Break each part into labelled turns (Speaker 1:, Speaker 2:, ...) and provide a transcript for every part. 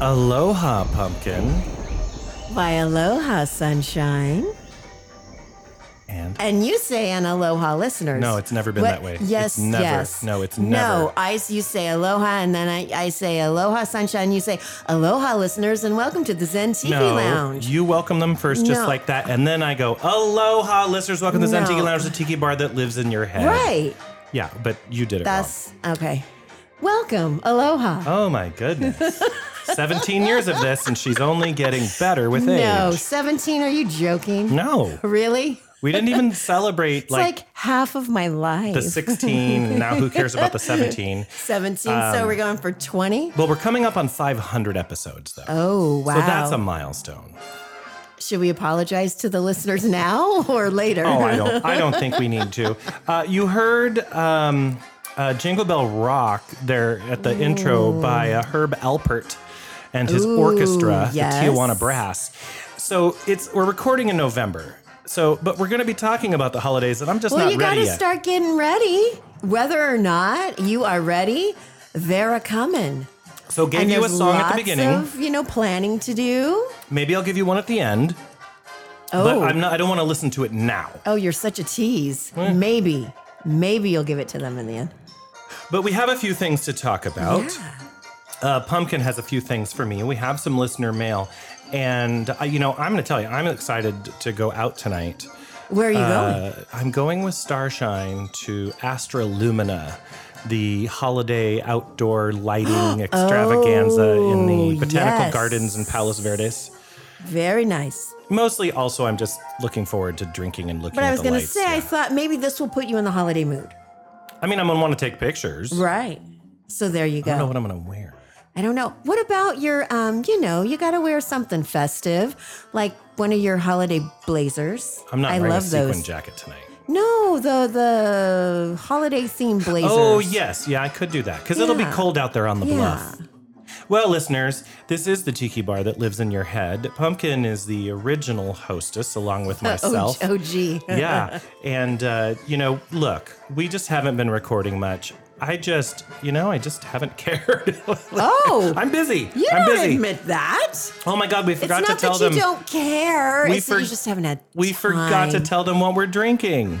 Speaker 1: Aloha, pumpkin.
Speaker 2: Why, aloha, sunshine.
Speaker 1: And
Speaker 2: And you say an aloha, listeners.
Speaker 1: No, it's never been that way.
Speaker 2: Yes,
Speaker 1: It's never.
Speaker 2: yes.
Speaker 1: No, it's
Speaker 2: No,
Speaker 1: never.
Speaker 2: I, you say aloha, and then I, I say aloha, sunshine. You say aloha, listeners, and welcome to the Zen TV
Speaker 1: no,
Speaker 2: Lounge.
Speaker 1: you welcome them first, just
Speaker 2: No.
Speaker 1: like that, and then I go, "Aloha, listeners, welcome to
Speaker 2: No.
Speaker 1: Zen Tiki Lounge, the tiki bar that lives in your head."
Speaker 2: Right.
Speaker 1: Yeah, but you did it
Speaker 2: That's okay. Welcome, aloha.
Speaker 1: wrong. Oh my goodness. Seventeen years of this, and she's only getting better with
Speaker 2: no,
Speaker 1: age.
Speaker 2: 17, are you joking?
Speaker 1: No,
Speaker 2: Really?
Speaker 1: we didn't even celebrate
Speaker 2: It's like, half of my life.
Speaker 1: the sixteen. now, who cares about the seventeen?
Speaker 2: 17,
Speaker 1: um,
Speaker 2: so we're going for 20?
Speaker 1: Well, we're coming up on five hundred episodes, though.
Speaker 2: Oh, wow.
Speaker 1: So that's a milestone.
Speaker 2: Should we apologize to the listeners now or later?
Speaker 1: Oh, I don't. I don't think we need to. Uh, you heard um, uh, "Jingle Bell Rock" there at the intro by uh, Herb Alpert and his
Speaker 2: Ooh,
Speaker 1: orchestra,
Speaker 2: yes.
Speaker 1: the Tijuana Brass. So it's we're recording in November. So, but we're going to be talking about the holidays, and I'm just
Speaker 2: Well,
Speaker 1: not
Speaker 2: you
Speaker 1: ready
Speaker 2: gotta
Speaker 1: yet.
Speaker 2: start getting ready. Whether or not you are ready, they're a coming.
Speaker 1: so, gave you a
Speaker 2: there's
Speaker 1: song at
Speaker 2: lots
Speaker 1: the beginning.
Speaker 2: Of, you know, planning to do.
Speaker 1: Maybe I'll give you one at the end. But
Speaker 2: Oh,
Speaker 1: I'm not. I don't want to listen to it now.
Speaker 2: oh, you're such a tease. Maybe, maybe you'll give it to them in the end.
Speaker 1: But we have a few things to talk about.
Speaker 2: Yeah.
Speaker 1: uh, Pumpkin has a few things for me. We have some listener mail, and uh, you know, I'm going to tell you, I'm excited to go out tonight.
Speaker 2: Where are you going?
Speaker 1: Uh, I'm going with Starshine to Astra Lumina, the holiday outdoor lighting extravaganza in the botanical
Speaker 2: Oh, yes.
Speaker 1: gardens in Palos Verdes.
Speaker 2: Very nice.
Speaker 1: Mostly, also, I'm just looking forward to drinking and looking
Speaker 2: But
Speaker 1: at
Speaker 2: I was
Speaker 1: the
Speaker 2: gonna
Speaker 1: lights.
Speaker 2: say, I
Speaker 1: yeah.
Speaker 2: thought maybe this will put you in the holiday mood.
Speaker 1: I mean, I'm gonna want to take pictures.
Speaker 2: Right. So there you go.
Speaker 1: I don't know what I'm gonna wear.
Speaker 2: I don't know. What about your, um, you know, you got to wear something festive, like one of your holiday blazers.
Speaker 1: I'm not
Speaker 2: I
Speaker 1: wearing
Speaker 2: love
Speaker 1: a sequin
Speaker 2: those.
Speaker 1: jacket tonight.
Speaker 2: No, the the holiday themed blazers.
Speaker 1: Oh, yes. Yeah, I could do that because it'll be
Speaker 2: Yeah.
Speaker 1: cold out there on the
Speaker 2: Yeah.
Speaker 1: bluff. Well, listeners, this is the tiki bar that lives in your head. Pumpkin is the original hostess, along with
Speaker 2: Oh,
Speaker 1: myself.
Speaker 2: oh, gee.
Speaker 1: yeah. And, uh, you know, look, we just haven't been recording much. I just, you know, I just haven't cared.
Speaker 2: Oh.
Speaker 1: I'm busy.
Speaker 2: You
Speaker 1: I'm
Speaker 2: don't
Speaker 1: busy.
Speaker 2: admit that.
Speaker 1: oh my God, we
Speaker 2: It's
Speaker 1: forgot
Speaker 2: not
Speaker 1: to tell
Speaker 2: that you
Speaker 1: them.
Speaker 2: don't care.
Speaker 1: We
Speaker 2: it's that
Speaker 1: for-
Speaker 2: you just haven't had.
Speaker 1: we forgot to
Speaker 2: time.
Speaker 1: tell them what we're drinking.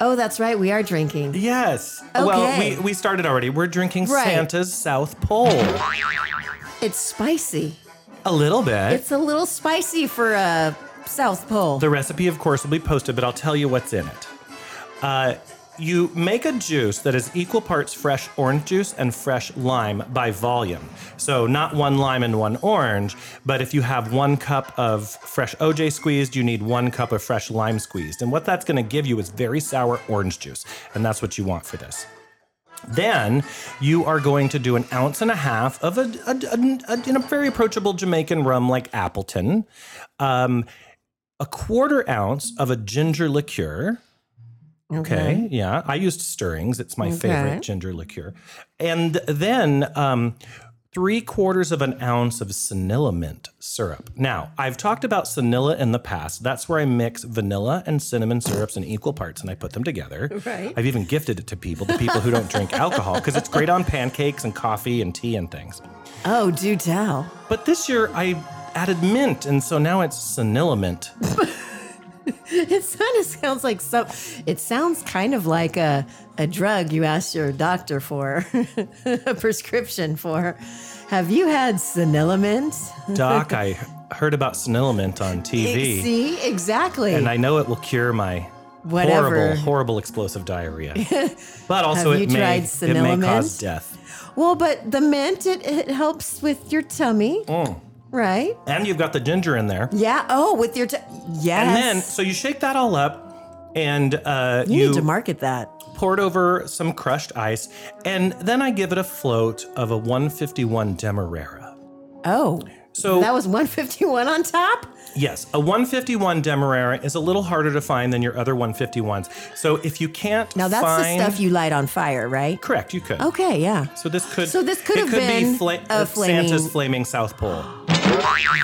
Speaker 2: Oh, that's right. We are drinking.
Speaker 1: Yes. Well,
Speaker 2: Okay.
Speaker 1: we, we started already. We're drinking
Speaker 2: Right.
Speaker 1: Santa's South Pole.
Speaker 2: It's spicy.
Speaker 1: A little bit.
Speaker 2: It's a little spicy for a South Pole.
Speaker 1: The recipe, of course, will be posted, but I'll tell you what's in it. Uh, you make a juice that is equal parts fresh orange juice and fresh lime by volume. So, not one lime and one orange, but if you have one cup of fresh OJ squeezed, you need one cup of fresh lime squeezed. And what that's going to give you is very sour orange juice. And that's what you want for this. Then you are going to do an ounce and a half of a, a, a, a- in a very approachable Jamaican rum like Appleton, um, a quarter ounce of a ginger liqueur. Okay, yeah. I used stirrings, it's my
Speaker 2: Okay.
Speaker 1: favorite ginger liqueur. And then um, three quarters of an ounce of Sanilla mint syrup. Now, I've talked about Sanilla in the past. That's where I mix vanilla and cinnamon syrups in equal parts and I put them together.
Speaker 2: Right.
Speaker 1: I've even gifted it to people, to people who don't drink alcohol, because it's great on pancakes and coffee and tea and things.
Speaker 2: Oh, do tell.
Speaker 1: But this year I added mint, and so now it's Sanilla mint.
Speaker 2: It kind of sounds like some. It sounds kind of like a a drug you asked your doctor for, a prescription for. Have you had sanilamint?
Speaker 1: Doc, I heard about Sanilla mint on TV.
Speaker 2: See, exactly.
Speaker 1: and I know it will cure my
Speaker 2: Whatever.
Speaker 1: horrible, horrible explosive diarrhea. But also,
Speaker 2: Have you
Speaker 1: it may,
Speaker 2: tried
Speaker 1: it may cause
Speaker 2: Sonilament?
Speaker 1: death.
Speaker 2: well, but the mint it, it helps with your tummy,
Speaker 1: Mm.
Speaker 2: right?
Speaker 1: And you've got the ginger in there.
Speaker 2: Yeah. Oh, with your t- yes.
Speaker 1: And then, so you shake that all up, and uh,
Speaker 2: you,
Speaker 1: you,
Speaker 2: need to market that.
Speaker 1: pour it over some crushed ice, and then I give it a float of a 151 Demerara.
Speaker 2: Oh,
Speaker 1: So
Speaker 2: that was 151 on top.
Speaker 1: Yes, a 151 Demerara is a little harder to find than your other 151s. So if you can't
Speaker 2: Now that's
Speaker 1: find,
Speaker 2: the stuff you light on fire, right?
Speaker 1: correct, you could.
Speaker 2: Okay. Yeah.
Speaker 1: So this could
Speaker 2: So this could
Speaker 1: it
Speaker 2: have
Speaker 1: could
Speaker 2: been
Speaker 1: be fla-
Speaker 2: a
Speaker 1: uh,
Speaker 2: flaming-
Speaker 1: Santa's flaming South Pole.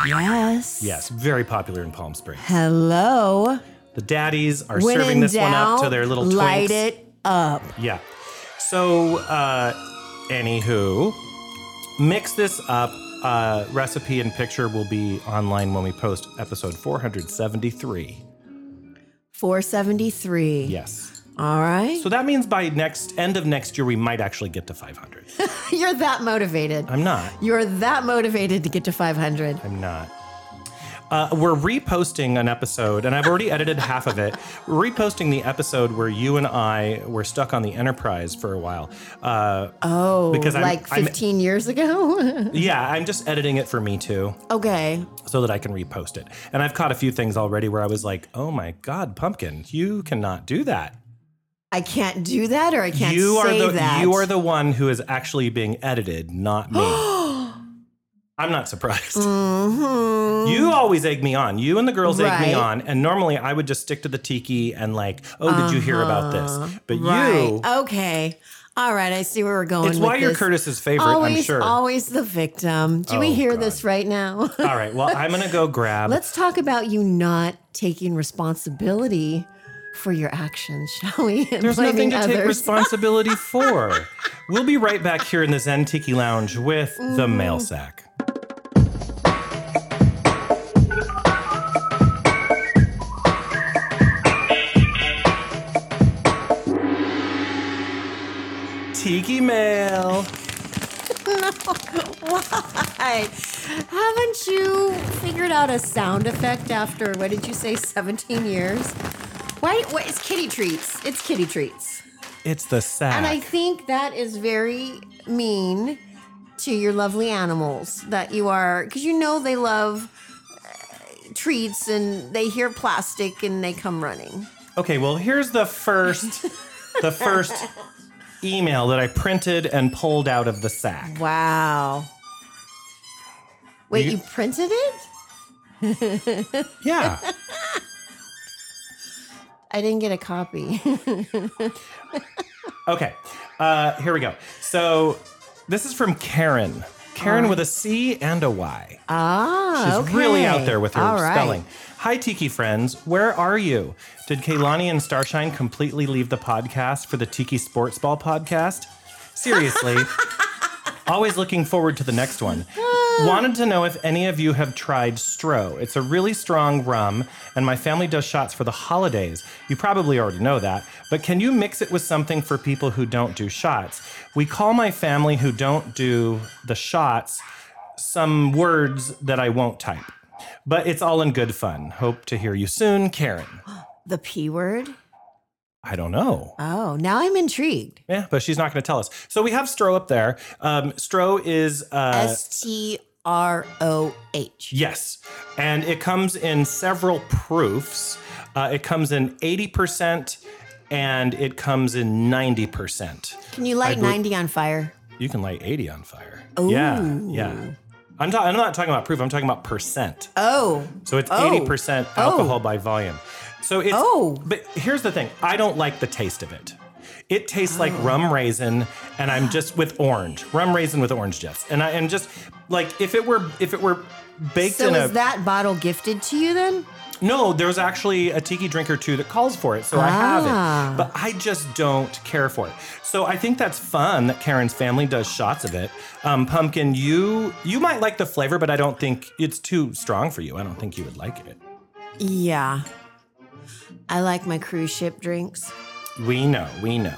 Speaker 2: Yes.
Speaker 1: Yes, very popular in Palm Springs.
Speaker 2: Hello.
Speaker 1: The daddies are
Speaker 2: When
Speaker 1: serving
Speaker 2: in
Speaker 1: this one up
Speaker 2: doubt,
Speaker 1: to their little
Speaker 2: light
Speaker 1: twinks.
Speaker 2: it up.
Speaker 1: Yeah. So, uh, anywho, mix this up, uh, recipe and picture will be online when we post episode 473.
Speaker 2: 473.
Speaker 1: Yes.
Speaker 2: All right.
Speaker 1: So that means by next end of next year, we might actually get to 500.
Speaker 2: You're that motivated.
Speaker 1: I'm not.
Speaker 2: You're that motivated to get to 500.
Speaker 1: I'm not. Uh, we're reposting an episode, and I've already edited half of it. We're reposting the episode where you and I were stuck on the Enterprise for a while. Uh,
Speaker 2: Oh,
Speaker 1: Because I'm-
Speaker 2: like
Speaker 1: I'm-
Speaker 2: 15 years ago?
Speaker 1: yeah, I'm just editing it for me too,
Speaker 2: okay.
Speaker 1: so that I can repost it. And I've caught a few things already where I was like, "Oh my God, Pumpkin, you cannot do that.
Speaker 2: I can't do that or I can't
Speaker 1: you are
Speaker 2: say
Speaker 1: the
Speaker 2: that.
Speaker 1: you are the one who is actually being edited, not me." I'm not surprised.
Speaker 2: Mhm.
Speaker 1: You always egg me on. You and the girls egg me
Speaker 2: Right.
Speaker 1: on. And normally I would just stick to the tiki and like, oh, did you hear about this? But you,
Speaker 2: Uh-huh. Right. Okay. All right. I see where we're going.
Speaker 1: it's
Speaker 2: with
Speaker 1: why you're
Speaker 2: this.
Speaker 1: Curtis's favorite,
Speaker 2: Always,
Speaker 1: I'm sure.
Speaker 2: always the victim. Do we
Speaker 1: Oh,
Speaker 2: hear
Speaker 1: God.
Speaker 2: this right now?
Speaker 1: All right. Well, I'm going to go grab.
Speaker 2: Let's talk about you not taking responsibility for your actions, shall we? And
Speaker 1: There's nothing
Speaker 2: blaming
Speaker 1: to take
Speaker 2: others.
Speaker 1: responsibility for. we'll be right back here in the Zen Tiki Lounge with the
Speaker 2: Mm.
Speaker 1: mail sack. Tiki mail.
Speaker 2: Why? Haven't you figured out a sound effect after, what did you say, 17 years? Why? What, it's kitty treats. It's kitty treats.
Speaker 1: It's the sack.
Speaker 2: And I think that is very mean to your lovely animals that you are, because you know they love uh, treats and they hear plastic and they come running.
Speaker 1: Okay, well, here's the first the first email that I printed and pulled out of the sack.
Speaker 2: Wow. Wait,
Speaker 1: You-
Speaker 2: you printed it?
Speaker 1: Yeah.
Speaker 2: I didn't get a copy.
Speaker 1: Okay, uh, here we go. So this is from Karen. Karen with a C and a Y.
Speaker 2: ah,
Speaker 1: She's
Speaker 2: okay.
Speaker 1: really out there with her
Speaker 2: All right.
Speaker 1: spelling. Hi, Tiki friends. Where are you? Did Kaylani and Starshine completely leave the podcast for the Tiki Sports Ball podcast? Seriously. Always looking forward to the next one.
Speaker 2: Ah.
Speaker 1: Wanted to know if any of you have tried Stro. It's a really strong rum, and my family does shots for the holidays. You probably already know that, but can you mix it with something for people who don't do shots? We call my family who don't do the shots some words that I won't type. But it's all in good fun. Hope to hear you soon, Karen.
Speaker 2: The P word?
Speaker 1: I don't know.
Speaker 2: Oh, now I'm intrigued.
Speaker 1: Yeah, but she's not going to tell us. So we have Stro up there. Um, Stro is uh,
Speaker 2: S T R O H.
Speaker 1: Yes. And it comes in several proofs. Uh, it comes in 80% and it comes in 90%.
Speaker 2: Can you light
Speaker 1: bel-
Speaker 2: 90 on fire?
Speaker 1: You can light 80 on fire. Yeah. Yeah. I'm, ta- I'm not talking about proof, I'm talking about percent.
Speaker 2: Oh,
Speaker 1: So it's
Speaker 2: Oh.
Speaker 1: 80% alcohol by volume. So it's
Speaker 2: Oh.
Speaker 1: but here's the thing. I don't like the taste of it. It tastes like
Speaker 2: Oh.
Speaker 1: rum raisin and I'm just with orange. Rum raisin with orange zest. And I am just like if it were if it were baked
Speaker 2: so
Speaker 1: in a
Speaker 2: is that bottle gifted to you then?
Speaker 1: No, there's actually a tiki drink or two that calls for it, so I have
Speaker 2: Ah.
Speaker 1: it. But I just don't care for it. So I think that's fun that Karen's family does shots of it. Um, Pumpkin, you you might like the flavor, but I don't think it's too strong for you. I don't think you would like it.
Speaker 2: Yeah. I like my cruise ship drinks.
Speaker 1: We know, we know.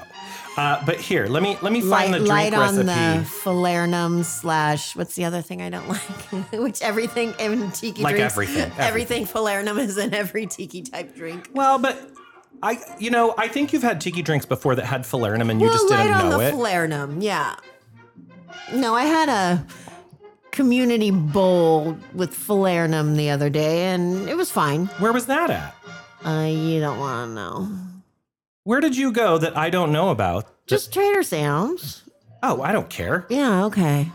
Speaker 1: Uh, but here, let me let me
Speaker 2: Light,
Speaker 1: find the drink
Speaker 2: light on
Speaker 1: recipe.
Speaker 2: the falernum slash what's the other thing I don't like? Which everything in tiki
Speaker 1: Like
Speaker 2: drinks,
Speaker 1: everything, everything.
Speaker 2: everything falernum is in every tiki type drink.
Speaker 1: Well, but I you know I think you've had tiki drinks before that had falernum and you
Speaker 2: well,
Speaker 1: just
Speaker 2: light
Speaker 1: didn't
Speaker 2: on
Speaker 1: know
Speaker 2: the
Speaker 1: it.
Speaker 2: falernum, yeah. No, I had a community bowl with falernum the other day, and it was fine.
Speaker 1: Where was that at?
Speaker 2: Uh, you don't want to know.
Speaker 1: Where did you go that I don't know about?
Speaker 2: Just Trader Sam's.
Speaker 1: Oh, I don't care.
Speaker 2: Yeah, okay.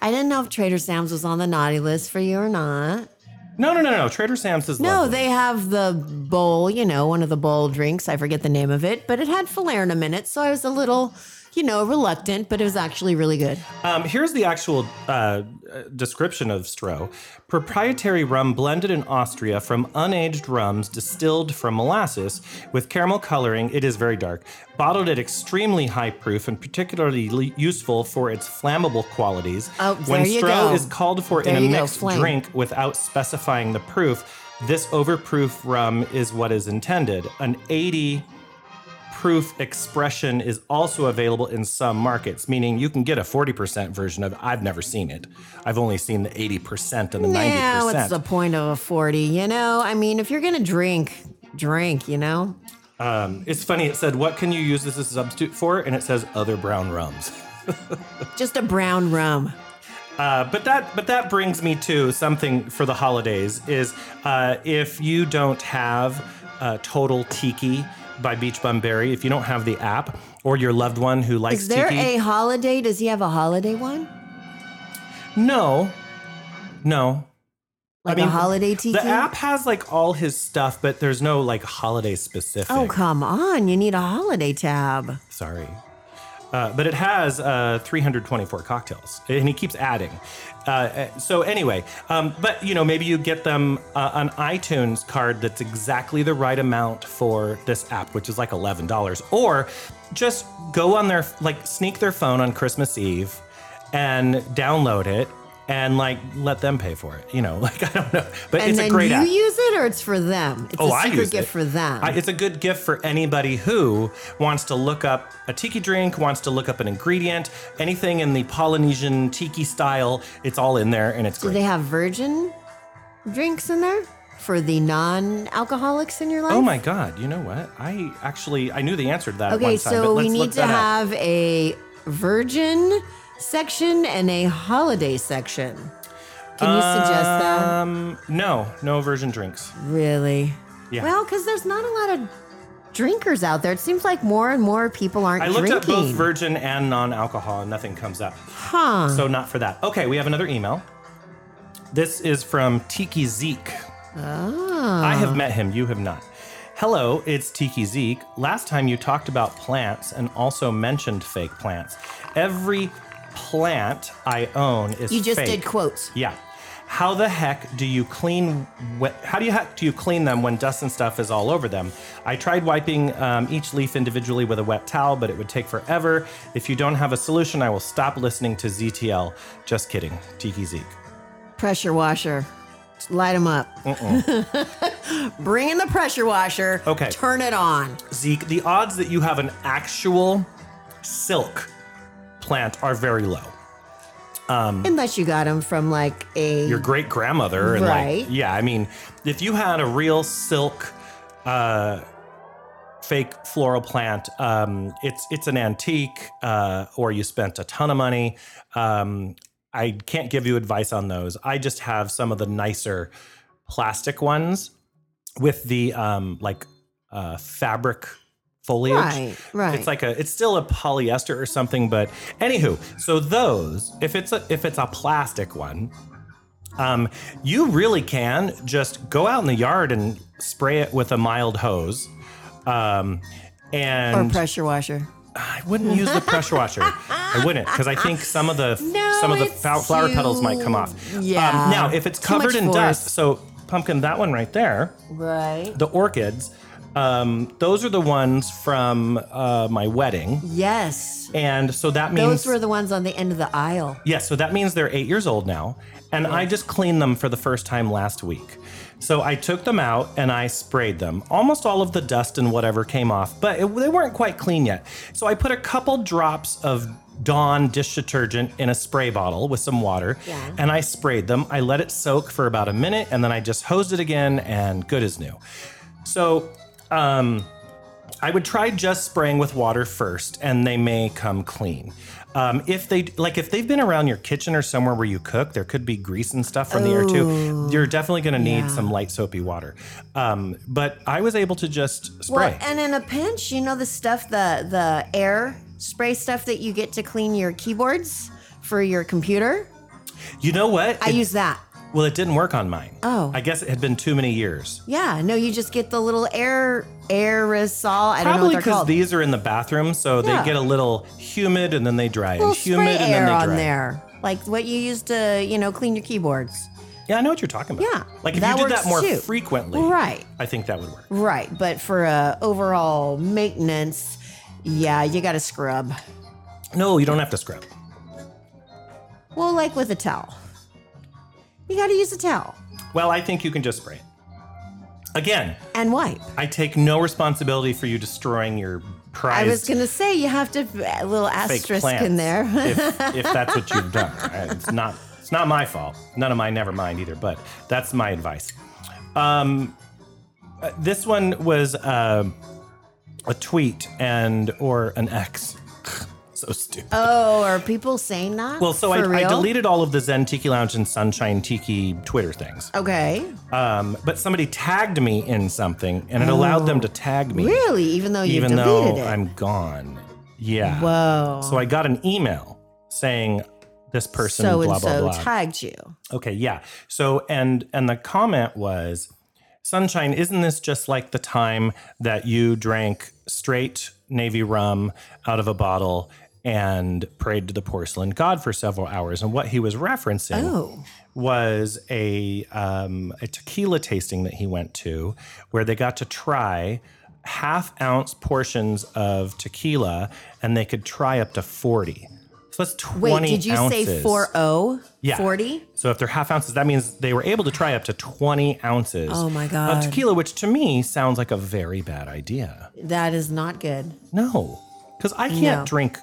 Speaker 2: I didn't know if Trader Sam's was on the naughty list for you or not.
Speaker 1: No, no, no, no. Trader Sam's is
Speaker 2: No,
Speaker 1: lovely.
Speaker 2: they have the bowl, you know, one of the bowl drinks. I forget the name of it, but it had falernum in it, so I was a little you know, reluctant, but it was actually really good.
Speaker 1: Um, here's the actual uh, description of Stroh proprietary rum blended in Austria from unaged rums distilled from molasses with caramel coloring. It is very dark. Bottled at extremely high proof and particularly le- useful for its flammable qualities.
Speaker 2: Oh,
Speaker 1: when
Speaker 2: there you
Speaker 1: Stroh
Speaker 2: go.
Speaker 1: is called for
Speaker 2: There
Speaker 1: in a
Speaker 2: you go,
Speaker 1: mixed
Speaker 2: flame.
Speaker 1: drink without specifying the proof, this overproof rum is what is intended. An 80 proof expression is also available in some markets, meaning you can get a 40% version of it. I've never seen it. I've only seen the 80% and the 90%.
Speaker 2: Yeah, what's the point of a 40? You know, I mean, if you're going to drink, drink, you know?
Speaker 1: Um, it's funny, it said, What can you use this as a substitute for? And it says other brown rums.
Speaker 2: Just a brown rum.
Speaker 1: Uh, but that but that brings me to something for the holidays is uh, if you don't have uh, Total Tiki by Beach Bum Berry, if you don't have the app or your loved one who likes
Speaker 2: Is there
Speaker 1: tiki,
Speaker 2: a holiday? Does he have a holiday one?
Speaker 1: no, no,
Speaker 2: Like
Speaker 1: mean,
Speaker 2: a holiday tiki?
Speaker 1: The app has like all his stuff, but there's no like holiday specific.
Speaker 2: Oh, come on. You need a holiday tab.
Speaker 1: Sorry. Uh, but it has uh, 324 cocktails, and he keeps adding. Uh, Uh, so anyway, um, but you know, maybe you get them uh, an iTunes card that's exactly the right amount for this app, which is like eleven dollars, or just go on their like sneak their phone on Christmas Eve and download it, and like let them pay for it. You know, like I don't know, but
Speaker 2: And
Speaker 1: it's
Speaker 2: then
Speaker 1: a great
Speaker 2: you
Speaker 1: app.
Speaker 2: use it or it's for them? It's
Speaker 1: Oh,
Speaker 2: a
Speaker 1: I
Speaker 2: secret
Speaker 1: use
Speaker 2: gift
Speaker 1: it.
Speaker 2: for them.
Speaker 1: I, it's a good gift for anybody who wants to look up a tiki drink, wants to look up an ingredient, anything in the Polynesian tiki style. It's all in there, and it's
Speaker 2: Do
Speaker 1: great.
Speaker 2: they have virgin drinks in there for the non-alcoholics in your life?
Speaker 1: oh my god! You know what? I actually I knew the answer to that at
Speaker 2: Okay,
Speaker 1: one time, but
Speaker 2: so
Speaker 1: let's
Speaker 2: we
Speaker 1: look
Speaker 2: need to
Speaker 1: that up.
Speaker 2: have a virgin section and a holiday section. Can you suggest that?
Speaker 1: Um, no, no virgin drinks.
Speaker 2: Really?
Speaker 1: yeah.
Speaker 2: Well, because there's not a lot of drinkers out there. It seems like more and more people aren't
Speaker 1: I looked
Speaker 2: drinking.
Speaker 1: up both virgin and non-alcohol, and nothing comes up.
Speaker 2: huh.
Speaker 1: So not for that. Okay, we have another email. This is from Tiki Zeke.
Speaker 2: Ah.
Speaker 1: I have met him, you have not. Hello, it's Tiki Zeke. Last time you talked about plants and also mentioned fake plants. Every plant I own is
Speaker 2: you just
Speaker 1: fake.
Speaker 2: did quotes.
Speaker 1: Yeah. How the heck do you clean? wh- How do you heck do you clean them when dust and stuff is all over them? I tried wiping um, each leaf individually with a wet towel, but it would take forever. If you don't have a solution, I will stop listening to ZTL. Just kidding, Tiki Zeke.
Speaker 2: Pressure washer. Just Light them up. Bring in the pressure washer.
Speaker 1: Okay.
Speaker 2: Turn it on.
Speaker 1: Zeke, the odds that you have an actual silk plant are very low.
Speaker 2: Unless you got them from like a
Speaker 1: Your great grandmother and
Speaker 2: Right.
Speaker 1: like yeah, I mean, if you had a real silk uh fake floral plant, um it's it's an antique uh or you spent a ton of money. Um I can't give you advice on those. I just have some of the nicer plastic ones with the um like uh fabric foliage.
Speaker 2: Right, right.
Speaker 1: It's like a it's still a polyester or something, but anywho, so those, if it's a if it's a plastic one, um, you really can just go out in the yard and spray it with a mild hose. Um
Speaker 2: or
Speaker 1: and
Speaker 2: pressure washer.
Speaker 1: I wouldn't use the pressure washer. I wouldn't because I think some of the
Speaker 2: No,
Speaker 1: some of the
Speaker 2: it's
Speaker 1: fou- flower petals might come off. Um,
Speaker 2: too- yeah.
Speaker 1: now, if it's
Speaker 2: Too
Speaker 1: covered
Speaker 2: much
Speaker 1: in
Speaker 2: force.
Speaker 1: dust, so pumpkin, that one right there,
Speaker 2: Right.
Speaker 1: the orchids, um, those are the ones from uh, my wedding,
Speaker 2: Yes.
Speaker 1: and so that means
Speaker 2: Those were the ones on the end of the aisle.
Speaker 1: yeah, so that means they're eight years old now. And I just cleaned them for the first time last week. So I took them out and I sprayed them. Almost all of the dust and whatever came off, but it, they weren't quite clean yet. So I put a couple drops of Dawn dish detergent in a spray bottle with some water
Speaker 2: Yeah.
Speaker 1: and I sprayed them. I let it soak for about a minute and then I just hosed it again and good as new. So, um, I would try just spraying with water first, and they may come clean. Um, if they like, if they've been around your kitchen or somewhere where you cook, there could be grease and stuff from the air too. You're definitely going to need some light soapy water. Um, but I was able to just spray.
Speaker 2: Well, and in a pinch, you know the stuff, the the air spray stuff that you get to clean your keyboards for your computer.
Speaker 1: you know what?
Speaker 2: I
Speaker 1: It-
Speaker 2: use that.
Speaker 1: Well, it didn't work on mine.
Speaker 2: Oh.
Speaker 1: I guess it had been too many years.
Speaker 2: Yeah, no, you just get the little air aerosol. I don't know what
Speaker 1: Probably
Speaker 2: they're
Speaker 1: because
Speaker 2: called.
Speaker 1: these are in the bathroom, so
Speaker 2: Yeah.
Speaker 1: they get a little humid and then they dry.
Speaker 2: little
Speaker 1: and humid
Speaker 2: spray
Speaker 1: and then
Speaker 2: air
Speaker 1: they dry.
Speaker 2: on there, like what you use to, you know, clean your keyboards.
Speaker 1: Yeah, I know what you're talking about.
Speaker 2: Yeah,
Speaker 1: Like if
Speaker 2: that
Speaker 1: you did
Speaker 2: works
Speaker 1: that more
Speaker 2: too.
Speaker 1: frequently,
Speaker 2: Right.
Speaker 1: I think that would work.
Speaker 2: Right, but for uh, overall maintenance, yeah, you got to scrub.
Speaker 1: No, you don't have to scrub.
Speaker 2: Well, like with a towel, you got to use a towel
Speaker 1: Well, I think you can just spray it. Again,
Speaker 2: and wipe.
Speaker 1: I take no responsibility for you destroying your
Speaker 2: I
Speaker 1: prize
Speaker 2: was gonna say you have to a little
Speaker 1: fake
Speaker 2: asterisk
Speaker 1: plants.
Speaker 2: in there.
Speaker 1: if, if that's what you've done, I- it's not it's not my fault. None of mine, never mind either. But that's my advice. Um, uh, this one was uh, a tweet and or an X. so stupid.
Speaker 2: oh, are people saying that?
Speaker 1: Well, so
Speaker 2: For
Speaker 1: I, I
Speaker 2: real?
Speaker 1: deleted all of the Zen Tiki Lounge and Sunshine Tiki Twitter things.
Speaker 2: Okay,
Speaker 1: Um, but somebody tagged me in something, and it allowed them to tag me,
Speaker 2: really? Even though you
Speaker 1: even
Speaker 2: deleted
Speaker 1: though
Speaker 2: it.
Speaker 1: I'm gone. Yeah.
Speaker 2: Whoa.
Speaker 1: So I got an email saying this person
Speaker 2: so
Speaker 1: blah
Speaker 2: and
Speaker 1: blah
Speaker 2: so
Speaker 1: blah.
Speaker 2: tagged you.
Speaker 1: okay, yeah. So and and the comment was, Sunshine, isn't this just like the time that you drank straight navy rum out of a bottle and prayed to the porcelain god for several hours? And what he was referencing
Speaker 2: Oh.
Speaker 1: was a um, a tequila tasting that he went to, where they got to try half ounce portions of tequila, and they could try up to forty. So that's
Speaker 2: Wait,
Speaker 1: twenty.
Speaker 2: did you say
Speaker 1: ounces.
Speaker 2: oh? 40?
Speaker 1: Yeah.
Speaker 2: 40?
Speaker 1: So if they're half ounces, that means they were able to try up to twenty ounces.
Speaker 2: Oh my
Speaker 1: Of
Speaker 2: God.
Speaker 1: tequila, which to me sounds like a very bad idea.
Speaker 2: That is not good.
Speaker 1: No, because I can't
Speaker 2: No.
Speaker 1: drink.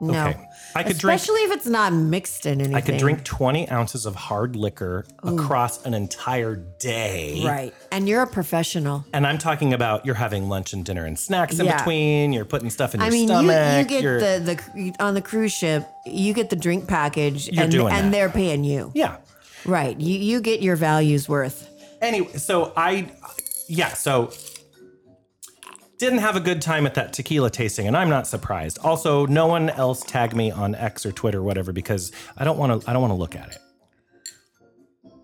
Speaker 2: No.
Speaker 1: Okay, I could drink.
Speaker 2: Especially if it's not mixed in anything.
Speaker 1: I could drink 20 ounces of hard liquor across an entire day.
Speaker 2: Right. And you're a professional.
Speaker 1: And I'm talking about you're having lunch and dinner and snacks in
Speaker 2: Yeah.
Speaker 1: between. You're putting stuff in
Speaker 2: I
Speaker 1: your
Speaker 2: mean, you, you
Speaker 1: stomach.
Speaker 2: get
Speaker 1: you're-
Speaker 2: the, the on the cruise ship, you get the drink package
Speaker 1: You're
Speaker 2: and
Speaker 1: doing
Speaker 2: and
Speaker 1: that.
Speaker 2: they're paying you.
Speaker 1: yeah.
Speaker 2: Right. You you get your values worth.
Speaker 1: Anyway, so I, yeah, so didn't have a good time at that tequila tasting, and I'm not surprised. Also, no one else tagged me on X or Twitter, or whatever, because I don't want to. I don't want to look at it.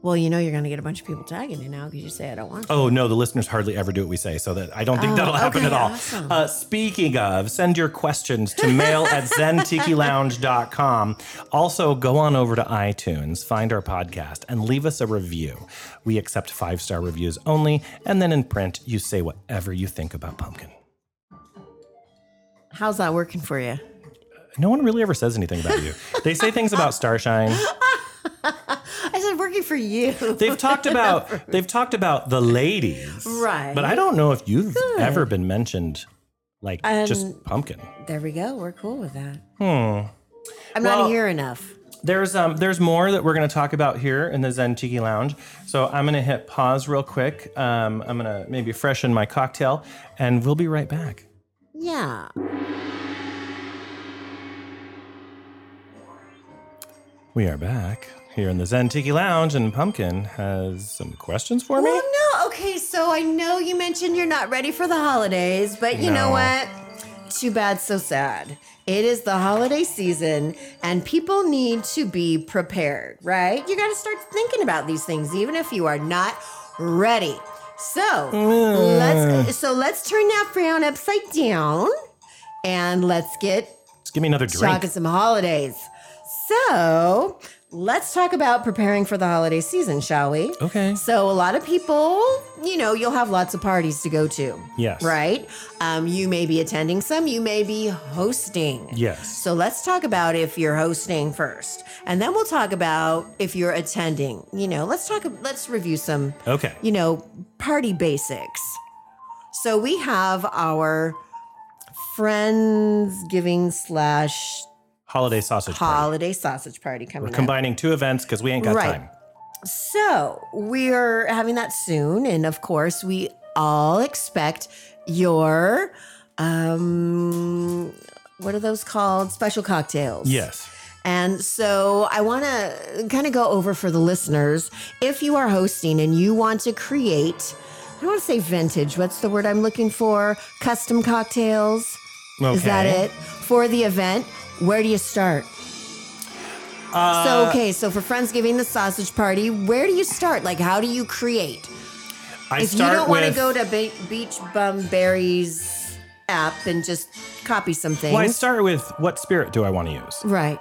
Speaker 2: Well, you know you're going to get a bunch of people tagging you now because you say I don't want to.
Speaker 1: Oh no, the listeners hardly ever do what we say, so that I don't think
Speaker 2: Oh,
Speaker 1: that'll happen
Speaker 2: okay,
Speaker 1: at all.
Speaker 2: awesome.
Speaker 1: Uh, speaking of, send your questions to mail at zentikilounge.com. Also, go on over to iTunes, find our podcast, and leave us a review. We accept five star reviews only, and then in print, you say whatever you think about pumpkin.
Speaker 2: How's that working for you?
Speaker 1: No one really ever says anything about you. They say things about Starshine.
Speaker 2: I said working for you.
Speaker 1: They've talked about they've talked about the ladies,
Speaker 2: Right.
Speaker 1: But I don't know if you've ever been mentioned like
Speaker 2: Um,
Speaker 1: just pumpkin.
Speaker 2: There we go. We're cool with that. Hmm. I'm not
Speaker 1: Well-
Speaker 2: here enough.
Speaker 1: There's um there's more that we're gonna talk about here in the Zen Tiki Lounge. So I'm gonna hit pause real quick. Um, I'm gonna maybe freshen my cocktail, and we'll be right back.
Speaker 2: Yeah.
Speaker 1: We are back here in the Zen Tiki Lounge, and Pumpkin has some questions for me.
Speaker 2: Well, no. Okay, so I know you mentioned you're not ready for the holidays, but you know
Speaker 1: No.
Speaker 2: what? Too bad, so sad. It is the holiday season, and people need to be prepared, right? You got to start thinking about these things, even if you are not ready. So
Speaker 1: Mm.
Speaker 2: let's so let's turn that frown upside down, and let's get
Speaker 1: Just give me another drink.
Speaker 2: talking some holidays. So let's talk about preparing for the holiday season, shall we?
Speaker 1: Okay.
Speaker 2: So a lot of people, you know, you'll have lots of parties to go to.
Speaker 1: Yes.
Speaker 2: Right? Um, you may be attending some, you may be hosting.
Speaker 1: Yes.
Speaker 2: So let's talk about if you're hosting first, and then we'll talk about if you're attending. You know, let's talk. Let's review some
Speaker 1: Okay.
Speaker 2: you know, party basics. So we have our Friendsgiving slash
Speaker 1: Holiday sausage party.
Speaker 2: holiday sausage party coming up.
Speaker 1: Combining two events because we ain't got
Speaker 2: Right.
Speaker 1: time.
Speaker 2: So we're having that soon. And of course, we all expect your, um, what are those called? Special cocktails.
Speaker 1: Yes.
Speaker 2: And so I want to kind of go over for the listeners if you are hosting and you want to create, I don't want to say vintage, what's the word I'm looking for? Custom cocktails.
Speaker 1: Okay.
Speaker 2: Is that it? For the event, where do you start?
Speaker 1: Uh,
Speaker 2: so okay, so for Friendsgiving, the sausage party, where do you start? Like, how do you create?
Speaker 1: I
Speaker 2: if you
Speaker 1: start
Speaker 2: don't want to
Speaker 1: with-
Speaker 2: go to Be- Beach Bum Berries app and just copy some things,
Speaker 1: Well, I start with what spirit do I want to use?
Speaker 2: right?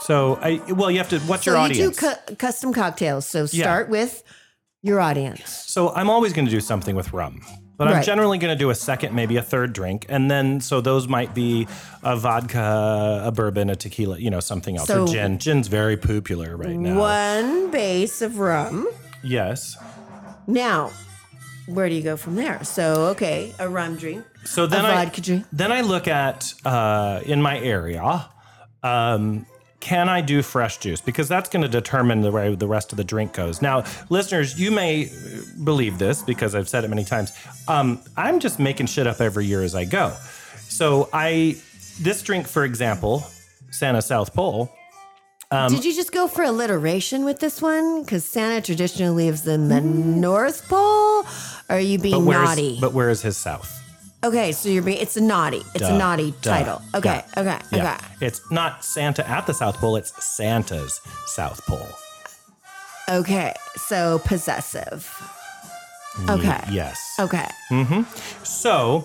Speaker 1: So, I well, you have to. What's your
Speaker 2: so
Speaker 1: audience?
Speaker 2: you do cu- custom cocktails. So
Speaker 1: Yeah.
Speaker 2: start with your audience.
Speaker 1: So I'm always going to do something with rum. But I'm
Speaker 2: Right.
Speaker 1: generally going to do a second, maybe a third drink. And then, so those might be a vodka, a bourbon, a tequila, you know, something else. or
Speaker 2: So-
Speaker 1: gin. Gin's very popular right now.
Speaker 2: One base of rum.
Speaker 1: Yes.
Speaker 2: Now, where do you go from there? So okay, a rum drink.
Speaker 1: So then
Speaker 2: a
Speaker 1: I
Speaker 2: vodka drink.
Speaker 1: then I look at uh, in my area, um, can I do fresh juice? Because that's going to determine the way the rest of the drink goes. Now, listeners, you may believe this because I've said it many times. Um, I'm just making shit up every year as I go. So I this drink, for example, Santa South Pole. Um,
Speaker 2: Did you just go for alliteration with this one? Because Santa traditionally lives in the North Pole. Are you
Speaker 1: Mm. But
Speaker 2: being
Speaker 1: where's
Speaker 2: naughty?
Speaker 1: but where is his south?
Speaker 2: okay, so you're being. It's a naughty. It's
Speaker 1: Duh,
Speaker 2: a naughty
Speaker 1: duh,
Speaker 2: title. Okay,
Speaker 1: duh.
Speaker 2: okay,
Speaker 1: Yeah.
Speaker 2: okay,
Speaker 1: It's not Santa at the South Pole. It's Santa's South Pole.
Speaker 2: okay. So possessive. Okay.
Speaker 1: Yes.
Speaker 2: Okay.
Speaker 1: So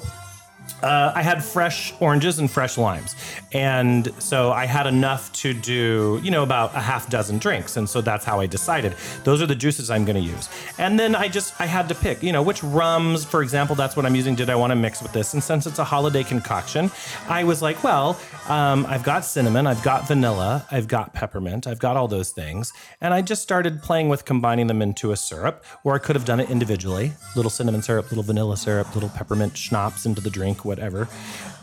Speaker 1: uh, I had fresh oranges and fresh limes. And so I had enough to do, you know, about a half dozen drinks. And so that's how I decided. Those are the juices I'm going to use. And then I just, I had to pick, you know, which rums, for example, that's what I'm using. Did I want to mix with this? And since it's a holiday concoction, I was like, well, um, I've got cinnamon, I've got vanilla, I've got peppermint, I've got all those things. And I just started playing with combining them into a syrup, or I could have done it individually little cinnamon syrup, little vanilla syrup, little peppermint schnapps into the drink, whatever.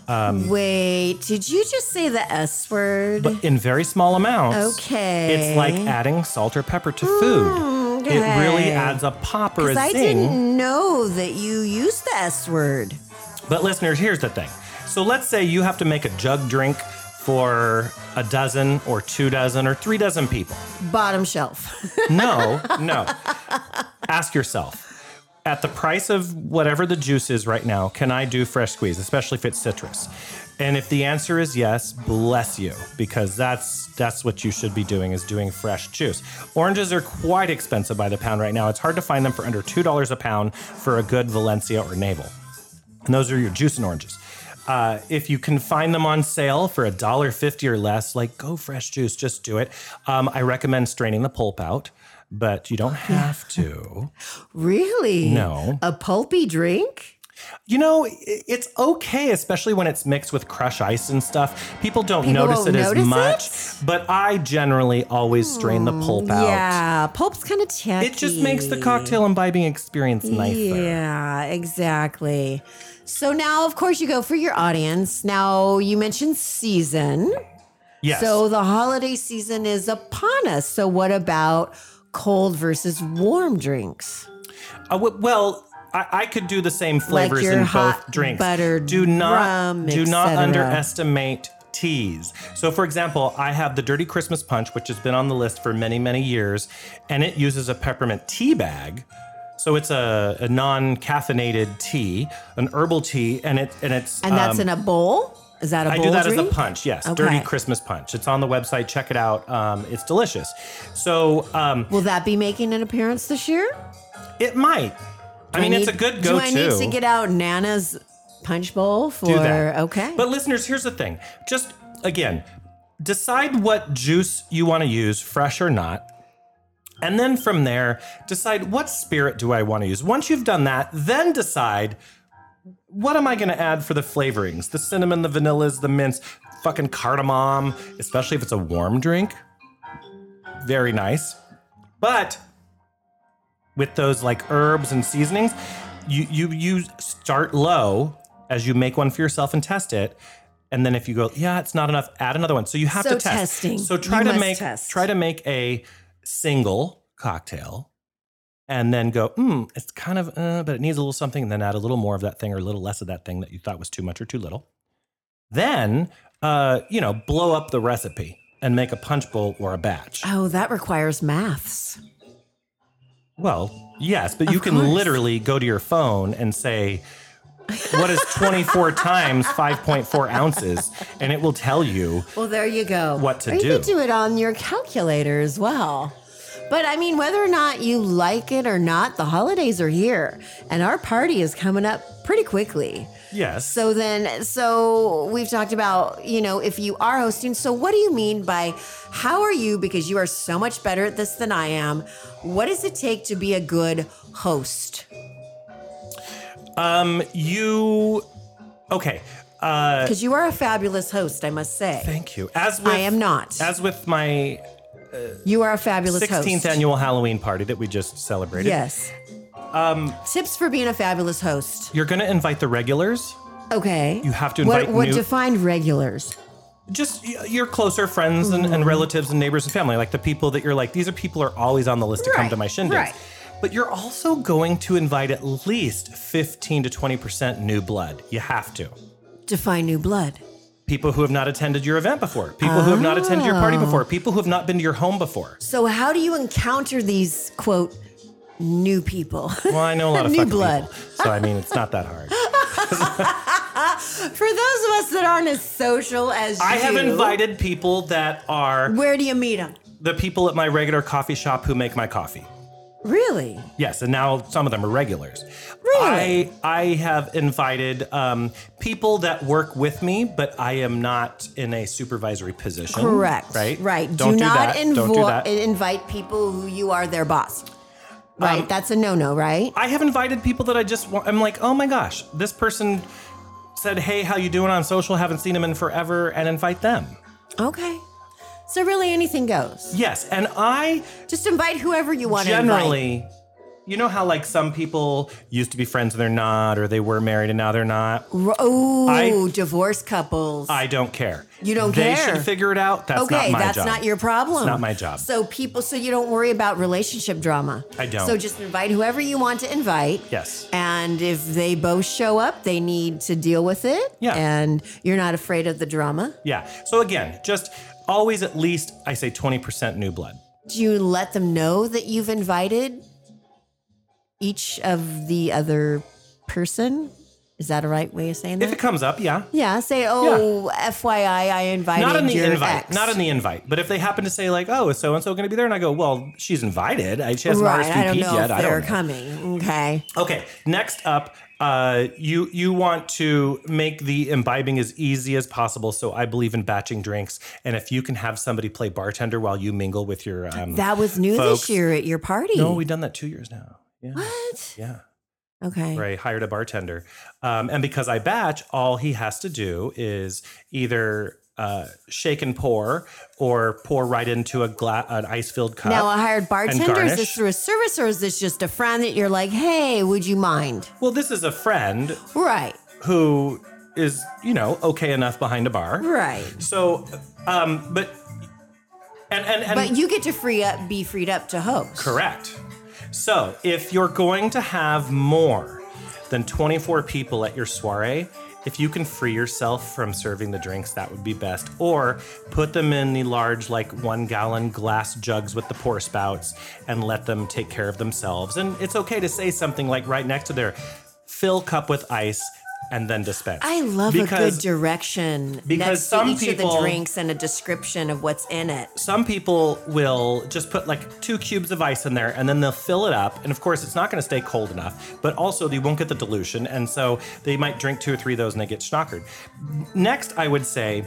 Speaker 1: Hmm.
Speaker 2: Wait, did you just say the S word?
Speaker 1: But in very small amounts.
Speaker 2: Okay. Hmm,
Speaker 1: It's like adding salt or pepper to food. It really
Speaker 2: okay.
Speaker 1: adds a pop or a
Speaker 2: Because I
Speaker 1: zing.
Speaker 2: didn't know that you used the S word.
Speaker 1: But listeners, here's the thing. So let's say you have to make a jug drink for a dozen or two dozen or three dozen people.
Speaker 2: Bottom shelf.
Speaker 1: No, no. Ask yourself. At the price of whatever the juice is right now, can I do fresh squeeze, especially if it's citrus? And if the answer is yes, bless you, because that's that's what you should be doing is doing fresh juice. Oranges are quite expensive by the pound right now. It's hard to find them for under two dollars a pound for a good Valencia or Navel. And those are your juice and oranges. Uh, if you can find them on sale for $1.50 or less, like go fresh juice, just do it. Um, I recommend straining the pulp out, but you don't have to.
Speaker 2: really?
Speaker 1: No.
Speaker 2: A pulpy drink?
Speaker 1: You know, i- it's okay, especially when it's mixed with crushed ice and stuff. People don't notice it
Speaker 2: won't
Speaker 1: as
Speaker 2: notice
Speaker 1: much,
Speaker 2: it? Hmm,
Speaker 1: but I generally always strain the pulp out.
Speaker 2: Yeah, pulp's kind of tacky.
Speaker 1: It just makes the cocktail imbibing experience nicer.
Speaker 2: Yeah, exactly. So now, of course, you go for your audience. Now, you mentioned season.
Speaker 1: Yes.
Speaker 2: So the holiday season is upon us. So, what about cold versus warm drinks?
Speaker 1: Uh, w- well, I, I could do the same flavors
Speaker 2: your
Speaker 1: in both
Speaker 2: hot
Speaker 1: drinks.
Speaker 2: buttered
Speaker 1: do not
Speaker 2: rum,
Speaker 1: do not
Speaker 2: etc..
Speaker 1: underestimate teas. So, for example, I have the Dirty Christmas Punch, which has been on the list for many many years, and it uses a peppermint tea bag. So it's a, a non-caffeinated tea, an herbal tea, and it and it's um,
Speaker 2: And that's in a bowl? Is that a
Speaker 1: I
Speaker 2: bowl
Speaker 1: do that
Speaker 2: drink?
Speaker 1: as a punch, yes.
Speaker 2: Okay.
Speaker 1: Dirty Christmas punch. It's on the website. Check it out. Um, it's delicious. So um,
Speaker 2: Will that be making an appearance this year?
Speaker 1: it might. I,
Speaker 2: Do
Speaker 1: mean, it's a
Speaker 2: need-
Speaker 1: good
Speaker 2: Do
Speaker 1: go-to.
Speaker 2: I need to get out Nana's punch bowl for?
Speaker 1: do that.
Speaker 2: Okay.
Speaker 1: But listeners, here's the thing. Just again, decide what juice you want to use, fresh or not. And then from there, decide what spirit do I want to use. Once you've done that, then decide what am I going to add for the flavorings? The cinnamon, the vanillas, the mints, fucking cardamom, especially if it's a warm drink. Very nice. But with those like herbs and seasonings, you you you start low as you make one for yourself and test it. And then if you go, yeah, it's not enough, add another one. So you have
Speaker 2: So
Speaker 1: to test.
Speaker 2: testing.
Speaker 1: So try
Speaker 2: You
Speaker 1: to
Speaker 2: must
Speaker 1: make
Speaker 2: test.
Speaker 1: try to make a single cocktail and then go, hmm, it's kind of, uh, but it needs a little something, and then add a little more of that thing or a little less of that thing that you thought was too much or too little. Then, uh, you know, blow up the recipe and make a punch bowl or a batch.
Speaker 2: oh, that requires maths.
Speaker 1: Well, yes, but you
Speaker 2: Of
Speaker 1: can
Speaker 2: course.
Speaker 1: literally go to your phone and say, what is 24 times 5.4 ounces, and it will tell you.
Speaker 2: Well, there you go.
Speaker 1: What to
Speaker 2: or you
Speaker 1: do.
Speaker 2: could do it on your calculator as well. But I mean, whether or not you like it or not, the holidays are here, and our party is coming up pretty quickly.
Speaker 1: Yes.
Speaker 2: So then, so we've talked about, you know, if you are hosting. So what do you mean by how are you? Because you are so much better at this than I am. What does it take to be a good host?
Speaker 1: you, okay. Uh,
Speaker 2: Because you are a fabulous host, I must say.
Speaker 1: thank you. As with,
Speaker 2: I am not.
Speaker 1: As with my
Speaker 2: You are a fabulous
Speaker 1: 16th
Speaker 2: host.
Speaker 1: annual Halloween party that we just celebrated,
Speaker 2: Yes. Um, Tips for being a fabulous host.
Speaker 1: you're going to invite the regulars.
Speaker 2: Okay.
Speaker 1: You have to invite
Speaker 2: what, what
Speaker 1: new-
Speaker 2: defined regulars?
Speaker 1: just y- your closer friends and,
Speaker 2: Mm-hmm.
Speaker 1: and relatives and neighbors and family, like the people that you're like, these are people are always on the list to come
Speaker 2: Right,
Speaker 1: to my shindigs.
Speaker 2: right.
Speaker 1: But you're also going to invite at least 15 to 20% new blood. You have to.
Speaker 2: Define new blood.
Speaker 1: People who have not attended your event before, people who have not attended your party
Speaker 2: Ah.
Speaker 1: before, people who have not been to your home before.
Speaker 2: So how do you encounter these quote new people?
Speaker 1: Well, I know a lot of
Speaker 2: New
Speaker 1: fucking
Speaker 2: blood.
Speaker 1: people, so I mean, it's not that hard.
Speaker 2: For those of us that aren't as social as
Speaker 1: I
Speaker 2: you,
Speaker 1: have invited people that are
Speaker 2: Where do you meet them?
Speaker 1: the people at my regular coffee shop who make my coffee.
Speaker 2: Really?
Speaker 1: Yes, and now some of them are regulars.
Speaker 2: Really?
Speaker 1: I I have invited um, people that work with me, but I am not in a supervisory position.
Speaker 2: Correct.
Speaker 1: Right.
Speaker 2: Right.
Speaker 1: Don't do,
Speaker 2: not
Speaker 1: that. Don't do
Speaker 2: invo-
Speaker 1: that.
Speaker 2: invite people who you are their boss. Right.
Speaker 1: Um,
Speaker 2: That's a no-no. Right.
Speaker 1: I have invited people that I just want. I'm like, oh my gosh, this person said, "Hey, how you doing on social? Haven't seen them in forever," and invite them.
Speaker 2: Okay. So really, anything goes.
Speaker 1: Yes, and I
Speaker 2: Just invite whoever you want to invite.
Speaker 1: generally you know how like some people used to be friends and they're not or they were married and now they're not
Speaker 2: R- Oh,
Speaker 1: I-
Speaker 2: divorced couples.
Speaker 1: i don't care
Speaker 2: You don't
Speaker 1: they
Speaker 2: care.
Speaker 1: should figure it out that's
Speaker 2: okay,
Speaker 1: not my
Speaker 2: that's
Speaker 1: job
Speaker 2: not your problem.
Speaker 1: It's not my job.
Speaker 2: So people, so you don't worry about relationship drama.
Speaker 1: I don't.
Speaker 2: So just invite whoever you want to invite.
Speaker 1: yes
Speaker 2: And if they both show up, they need to deal with it.
Speaker 1: Yeah.
Speaker 2: And you're not afraid of the drama.
Speaker 1: yeah so again just always at least i say 20% new blood
Speaker 2: Do you let them know that you've invited each of the other person? Is that a right way of saying
Speaker 1: if
Speaker 2: that?
Speaker 1: it comes up yeah
Speaker 2: yeah. Say, oh, FYI, I invited
Speaker 1: not in the
Speaker 2: your
Speaker 1: invite
Speaker 2: ex.
Speaker 1: not in the invite but if they happen to say like oh is so and so going to be there and i go well she's invited I, she hasn't
Speaker 2: right. I don't
Speaker 1: rsvp'd
Speaker 2: know
Speaker 1: yet
Speaker 2: if
Speaker 1: i don't
Speaker 2: they're
Speaker 1: know.
Speaker 2: coming. Okay.
Speaker 1: Okay, next up, uh, you you want to make the imbibing as easy as possible. So I believe in batching drinks, and if you can have somebody play bartender while you mingle with your um,
Speaker 2: That was new
Speaker 1: folks.
Speaker 2: this year at your party.
Speaker 1: no, we've done that two years now. Yeah,
Speaker 2: what?
Speaker 1: yeah.
Speaker 2: Okay.
Speaker 1: Where I hired a bartender, um, and because I batch, all he has to do is either. Uh, shake and pour, or pour right into a gla- an ice filled cup.
Speaker 2: Now, a hired bartender, is
Speaker 1: garnish.
Speaker 2: this through a service or is this just a friend that you're like, hey, would you mind?
Speaker 1: well, this is a friend
Speaker 2: Right,
Speaker 1: who is, you know, okay enough behind a bar.
Speaker 2: right.
Speaker 1: So, um, but and and and
Speaker 2: But you get to free up, be freed up to host.
Speaker 1: correct. So, if you're going to have more than 24 people at your soiree, if you can free yourself from serving the drinks, that would be best. Or put them in the large, like one gallon glass jugs with the pour spouts and let them take care of themselves. And it's okay to say something like right next to their fill cup with ice and then dispense.
Speaker 2: I love a
Speaker 1: Because
Speaker 2: good direction
Speaker 1: because
Speaker 2: next
Speaker 1: some
Speaker 2: to each of
Speaker 1: people-
Speaker 2: the drinks and a description of what's in it.
Speaker 1: some people will just put like two cubes of ice in there and then they'll fill it up. And of course, it's not going to stay cold enough, but also they won't get the dilution. And so they might drink two or three of those and they get schnockered. Next, I would say,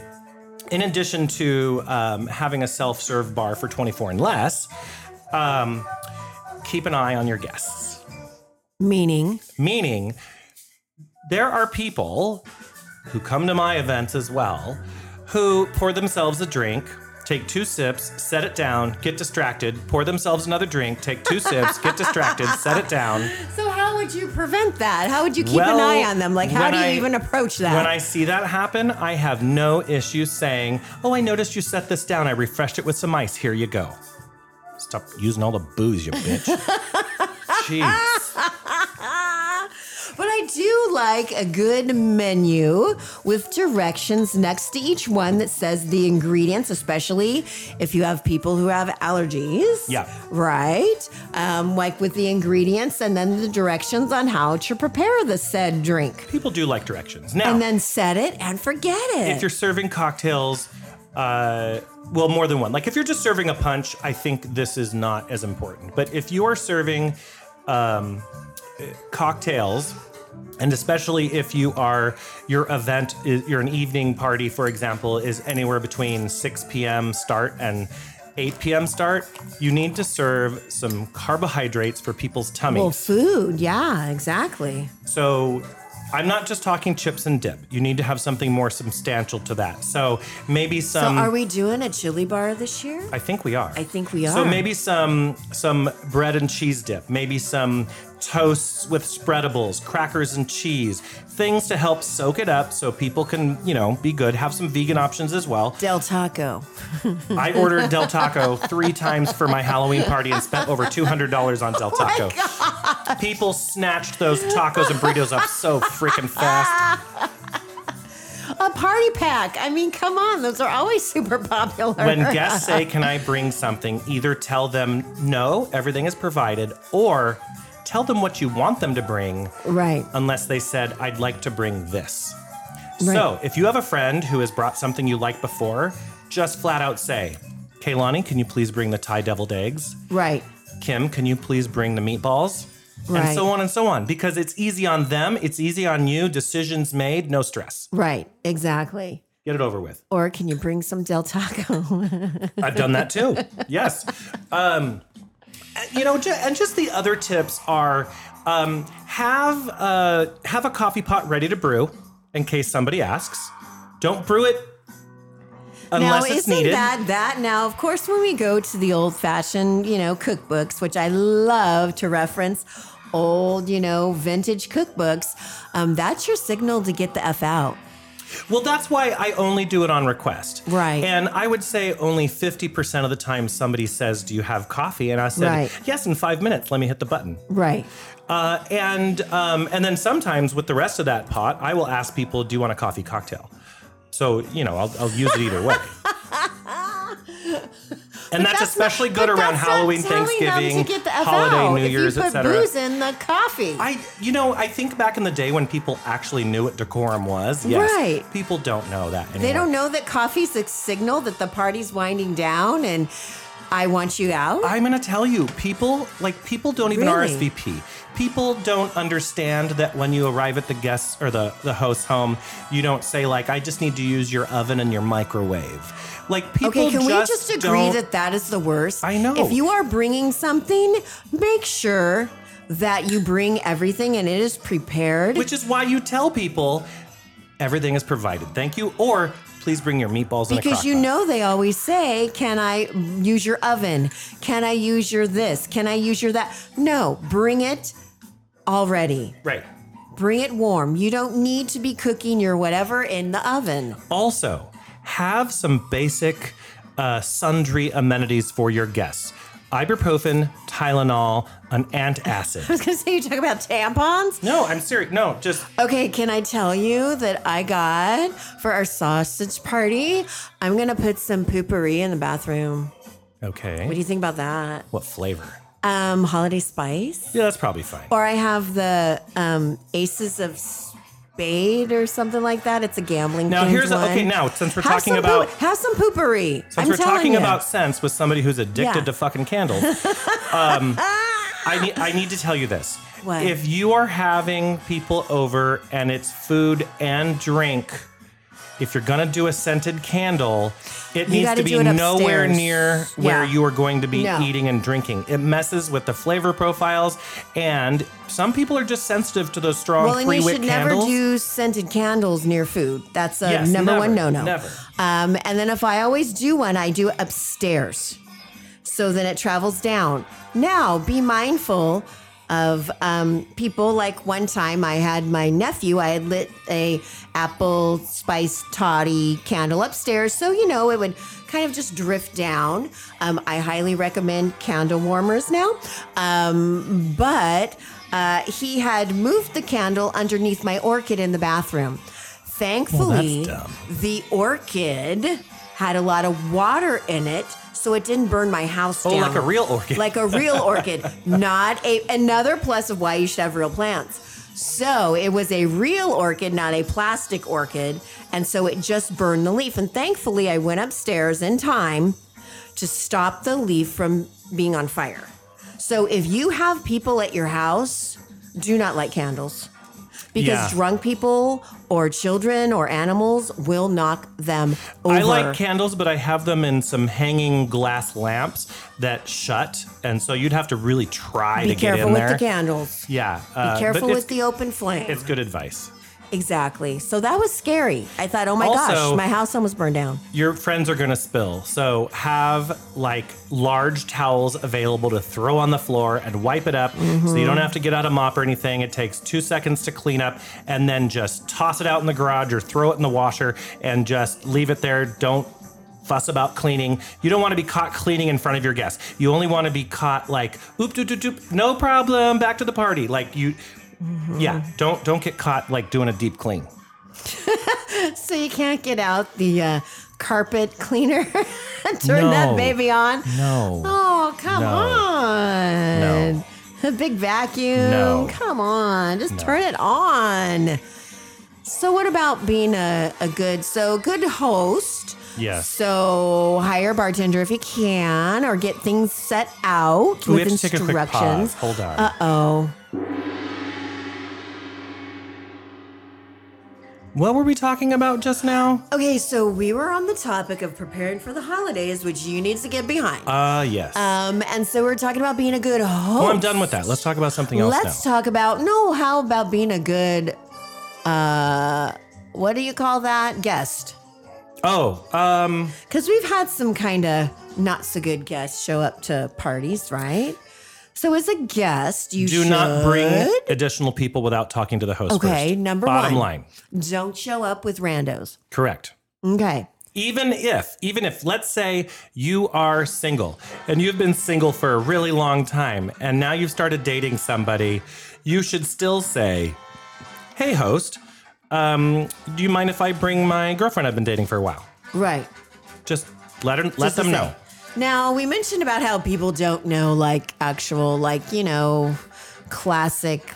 Speaker 1: in addition to um, having a self serve bar for 24 and less, um, keep an eye on your guests
Speaker 2: Meaning,
Speaker 1: meaning there are people who come to my events as well who pour themselves a drink take two sips set it down get distracted pour themselves another drink take two sips get distracted set it down
Speaker 2: so how would you prevent that? How would you keep
Speaker 1: Well,
Speaker 2: an eye on them? Like, how
Speaker 1: when
Speaker 2: do you
Speaker 1: I-
Speaker 2: even approach that?
Speaker 1: when i see that happen i have no issue saying oh i noticed you set this down i refreshed it with some ice here you go stop using all the booze you bitch jeez
Speaker 2: Ah, But I do like a good menu with directions next to each one that says the ingredients, especially if you have people who have allergies.
Speaker 1: Yeah.
Speaker 2: Right? Um, like with the ingredients and then the directions on how to prepare the said drink.
Speaker 1: People do like directions. Now,
Speaker 2: And then set it and forget it.
Speaker 1: if you're serving cocktails, uh, well, more than one. Like if you're just serving a punch, I think this is not as important. But if you are serving um, uh, cocktails, and especially if you are your event, is, you're an evening party, for example, is anywhere between 6 p.m. start and 8 p.m. start, you need to serve some carbohydrates for people's tummies.
Speaker 2: well, food. Yeah, exactly.
Speaker 1: So I'm not just talking chips and dip. You need to have something more substantial to that. So maybe
Speaker 2: So
Speaker 1: some.
Speaker 2: are we doing a chili bar this year?
Speaker 1: Um, I think we are.
Speaker 2: I think we
Speaker 1: So
Speaker 2: are.
Speaker 1: maybe some some bread and cheese dip, maybe some toasts with spreadables, crackers and cheese, things to help soak it up so people can, you know, be good. Have some vegan options as well.
Speaker 2: Del Taco.
Speaker 1: I ordered Del Taco three times for my Halloween party and spent over two hundred dollars on
Speaker 2: Oh
Speaker 1: Del Taco. People snatched those tacos and burritos up so freaking fast.
Speaker 2: A party pack. I mean, come on. Those are always super popular.
Speaker 1: When guests say, "Can I bring something?" either tell them no, everything is provided, or tell them what you want them to bring,
Speaker 2: right.
Speaker 1: unless they said, "I'd like to bring this."
Speaker 2: Right.
Speaker 1: So, if you have a friend who has brought something you like before, just flat out say, "Kaylani, can you please bring the Thai deviled eggs?"
Speaker 2: Right.
Speaker 1: Kim, can you please bring the meatballs? And
Speaker 2: Right.
Speaker 1: so on and so on, because it's easy on them, it's easy on you, decisions made, no stress.
Speaker 2: Right. Exactly.
Speaker 1: Get it over with.
Speaker 2: Or can you bring some Del Taco?
Speaker 1: I've done that too. Yes. Um, and, you know, ju- and just the other tips are um, have uh, have a coffee pot ready to brew in case somebody asks. Don't brew it unless
Speaker 2: now,
Speaker 1: it's
Speaker 2: isn't
Speaker 1: needed.
Speaker 2: that that? Now, of course, when we go to the old fashioned, you know, cookbooks, which I love to reference old, you know, vintage cookbooks, um, that's your signal to get the F out.
Speaker 1: Well, that's why I only do it on request.
Speaker 2: Right.
Speaker 1: And I would say only 50% of the time somebody says, Do you have coffee? And I said,
Speaker 2: Right.
Speaker 1: Yes, in five minutes. Let me hit the button.
Speaker 2: Right.
Speaker 1: Uh, and, um, and then sometimes with the rest of that pot, I will ask people, Do you want a coffee cocktail? So, you know, I'll, I'll use it either way. And that's, especially good
Speaker 2: But
Speaker 1: around
Speaker 2: that's not
Speaker 1: Halloween,
Speaker 2: telling them
Speaker 1: Thanksgiving,
Speaker 2: to get the F out
Speaker 1: holiday, New
Speaker 2: if
Speaker 1: Year's,
Speaker 2: you put
Speaker 1: etc.
Speaker 2: booze in the coffee.
Speaker 1: I, you know, I think back in the day when people actually knew what decorum was. Yes,
Speaker 2: Right.
Speaker 1: People don't know that anymore.
Speaker 2: They don't know that coffee's a signal that the party's winding down and I want you out.
Speaker 1: I'm gonna tell you, people like people don't even
Speaker 2: Really?
Speaker 1: RSVP. People don't understand that when you arrive at the guests or the the host's home, you don't say like, "I just need to use your oven and your microwave." Like people
Speaker 2: okay, can we
Speaker 1: just,
Speaker 2: just agree
Speaker 1: don't-
Speaker 2: that that is the worst?
Speaker 1: I know.
Speaker 2: If you are bringing something, make sure that you bring everything and it is prepared.
Speaker 1: which is why you tell people everything is provided. Thank you, or please bring your meatballs in a
Speaker 2: because
Speaker 1: crock
Speaker 2: you
Speaker 1: pot."
Speaker 2: know they always say, "Can I use your oven? Can I use your this? Can I use your that?" No, bring it already.
Speaker 1: right.
Speaker 2: Bring it warm. You don't need to be cooking your whatever in the oven.
Speaker 1: Also, have some basic uh, sundry amenities for your guests: ibuprofen, Tylenol, an antacid.
Speaker 2: I was gonna say you talk about tampons.
Speaker 1: No, I'm serious. No, just
Speaker 2: Okay, can I tell you that I got for our sausage party? I'm gonna put some poopery in the bathroom.
Speaker 1: okay.
Speaker 2: What do you think about that?
Speaker 1: what flavor?
Speaker 2: Um, holiday spice,
Speaker 1: Yeah, that's probably fine.
Speaker 2: or I have the um, aces of spade or something like that. It's a gambling.
Speaker 1: Now
Speaker 2: themed
Speaker 1: here's a, okay.
Speaker 2: one.
Speaker 1: Now since we're
Speaker 2: have
Speaker 1: talking
Speaker 2: some
Speaker 1: about
Speaker 2: poo- have some poopery.
Speaker 1: since
Speaker 2: I'm
Speaker 1: we're
Speaker 2: telling
Speaker 1: talking
Speaker 2: you.
Speaker 1: about sense with somebody who's addicted
Speaker 2: Yeah.
Speaker 1: to fucking candles, um, I need I need to tell you this.
Speaker 2: What?
Speaker 1: If you are having people over and it's food and drink, if you're gonna do a scented candle, it needs
Speaker 2: gotta
Speaker 1: to be
Speaker 2: do it
Speaker 1: nowhere
Speaker 2: upstairs.
Speaker 1: near where
Speaker 2: Yeah.
Speaker 1: you are going to be
Speaker 2: No.
Speaker 1: eating and drinking. It messes with the flavor profiles, and some people are just sensitive to those strong
Speaker 2: Well, and
Speaker 1: three
Speaker 2: you
Speaker 1: wick
Speaker 2: should never
Speaker 1: candles.
Speaker 2: do scented candles near food. That's a
Speaker 1: Yes,
Speaker 2: number one
Speaker 1: never,
Speaker 2: no no.
Speaker 1: never.
Speaker 2: Um, and then if I always do one, I do upstairs. So then it travels down. Now be mindful of um, people. Like one time, I had my nephew. I had lit a apple spice toddy candle upstairs, so you know it would kind of just drift down. Um, I highly recommend candle warmers now, um, but Uh, he had moved the candle underneath my orchid in the bathroom. Thankfully,
Speaker 1: dumb.
Speaker 2: the orchid had a lot of water in it, so it didn't burn my house
Speaker 1: Oh,
Speaker 2: down.
Speaker 1: like a real orchid.
Speaker 2: Like a real orchid, not a another plus of why you should have real plants. So it was a real orchid, not a plastic orchid, and so it just burned the leaf. And thankfully, I went upstairs in time to stop the leaf from being on fire. So if you have people at your house, do not light candles because
Speaker 1: Yeah.
Speaker 2: drunk people or children or animals will knock them over.
Speaker 1: I like candles, but I have them in some hanging glass lamps that shut, and so you'd have to really try
Speaker 2: Be
Speaker 1: to get
Speaker 2: careful
Speaker 1: in
Speaker 2: with
Speaker 1: there.
Speaker 2: the candles.
Speaker 1: Yeah, uh,
Speaker 2: Be
Speaker 1: but
Speaker 2: careful
Speaker 1: it's-
Speaker 2: with the open flame.
Speaker 1: It's good advice.
Speaker 2: Exactly. So that was scary. I thought, oh my
Speaker 1: Also-
Speaker 2: gosh, my house almost burned down.
Speaker 1: Your friends are gonna spill, so have like large towels available to throw on the floor and wipe it up, so you don't have to get out a mop or anything. It takes two seconds to clean up, and then just toss it out in the garage or throw it in the washer and just leave it there. Don't fuss about cleaning. You don't want to be caught cleaning in front of your guests. You only want to be caught like oop doop doop doop, no problem, back to the party. Like you, yeah. Don't don't get caught like doing a deep clean.
Speaker 2: So you can't get out the uh, carpet cleaner and turn
Speaker 1: No.
Speaker 2: that baby on?
Speaker 1: No.
Speaker 2: Oh, come
Speaker 1: No.
Speaker 2: on.
Speaker 1: No.
Speaker 2: A big vacuum.
Speaker 1: No.
Speaker 2: Come on. Just turn it on. So what about being a, a good so good host?
Speaker 1: Yes.
Speaker 2: So hire a bartender if you can or get things set out
Speaker 1: We
Speaker 2: with
Speaker 1: have to take a
Speaker 2: instructions.
Speaker 1: quick pause. Hold on.
Speaker 2: Uh-oh.
Speaker 1: What were we talking about just now?
Speaker 2: Okay, so we were on the topic of preparing for the holidays, which you need to get behind.
Speaker 1: Uh, yes.
Speaker 2: um, and so we're talking about being a good host.
Speaker 1: oh, I'm done with that. Let's talk about something else
Speaker 2: Let's
Speaker 1: now.
Speaker 2: talk about no. How about being a good, uh, what do you call that guest?
Speaker 1: oh, um,
Speaker 2: Because we've had some kind of not so good guests show up to parties, right? So as a guest, you
Speaker 1: do not bring
Speaker 2: should-
Speaker 1: additional people without talking to the host.
Speaker 2: Okay,
Speaker 1: first.
Speaker 2: number
Speaker 1: Bottom
Speaker 2: one.
Speaker 1: line,
Speaker 2: Don't show up with randos.
Speaker 1: correct.
Speaker 2: Okay.
Speaker 1: Even if, even if, let's say you are single and you've been single for a really long time, and now you've started dating somebody, you should still say, "Hey, host, um, do you mind if I bring my girlfriend I've been dating for a while?"
Speaker 2: Right.
Speaker 1: Just let her, let
Speaker 2: Just
Speaker 1: them
Speaker 2: to
Speaker 1: know.
Speaker 2: say. Now we mentioned about how people don't know like actual like you know classic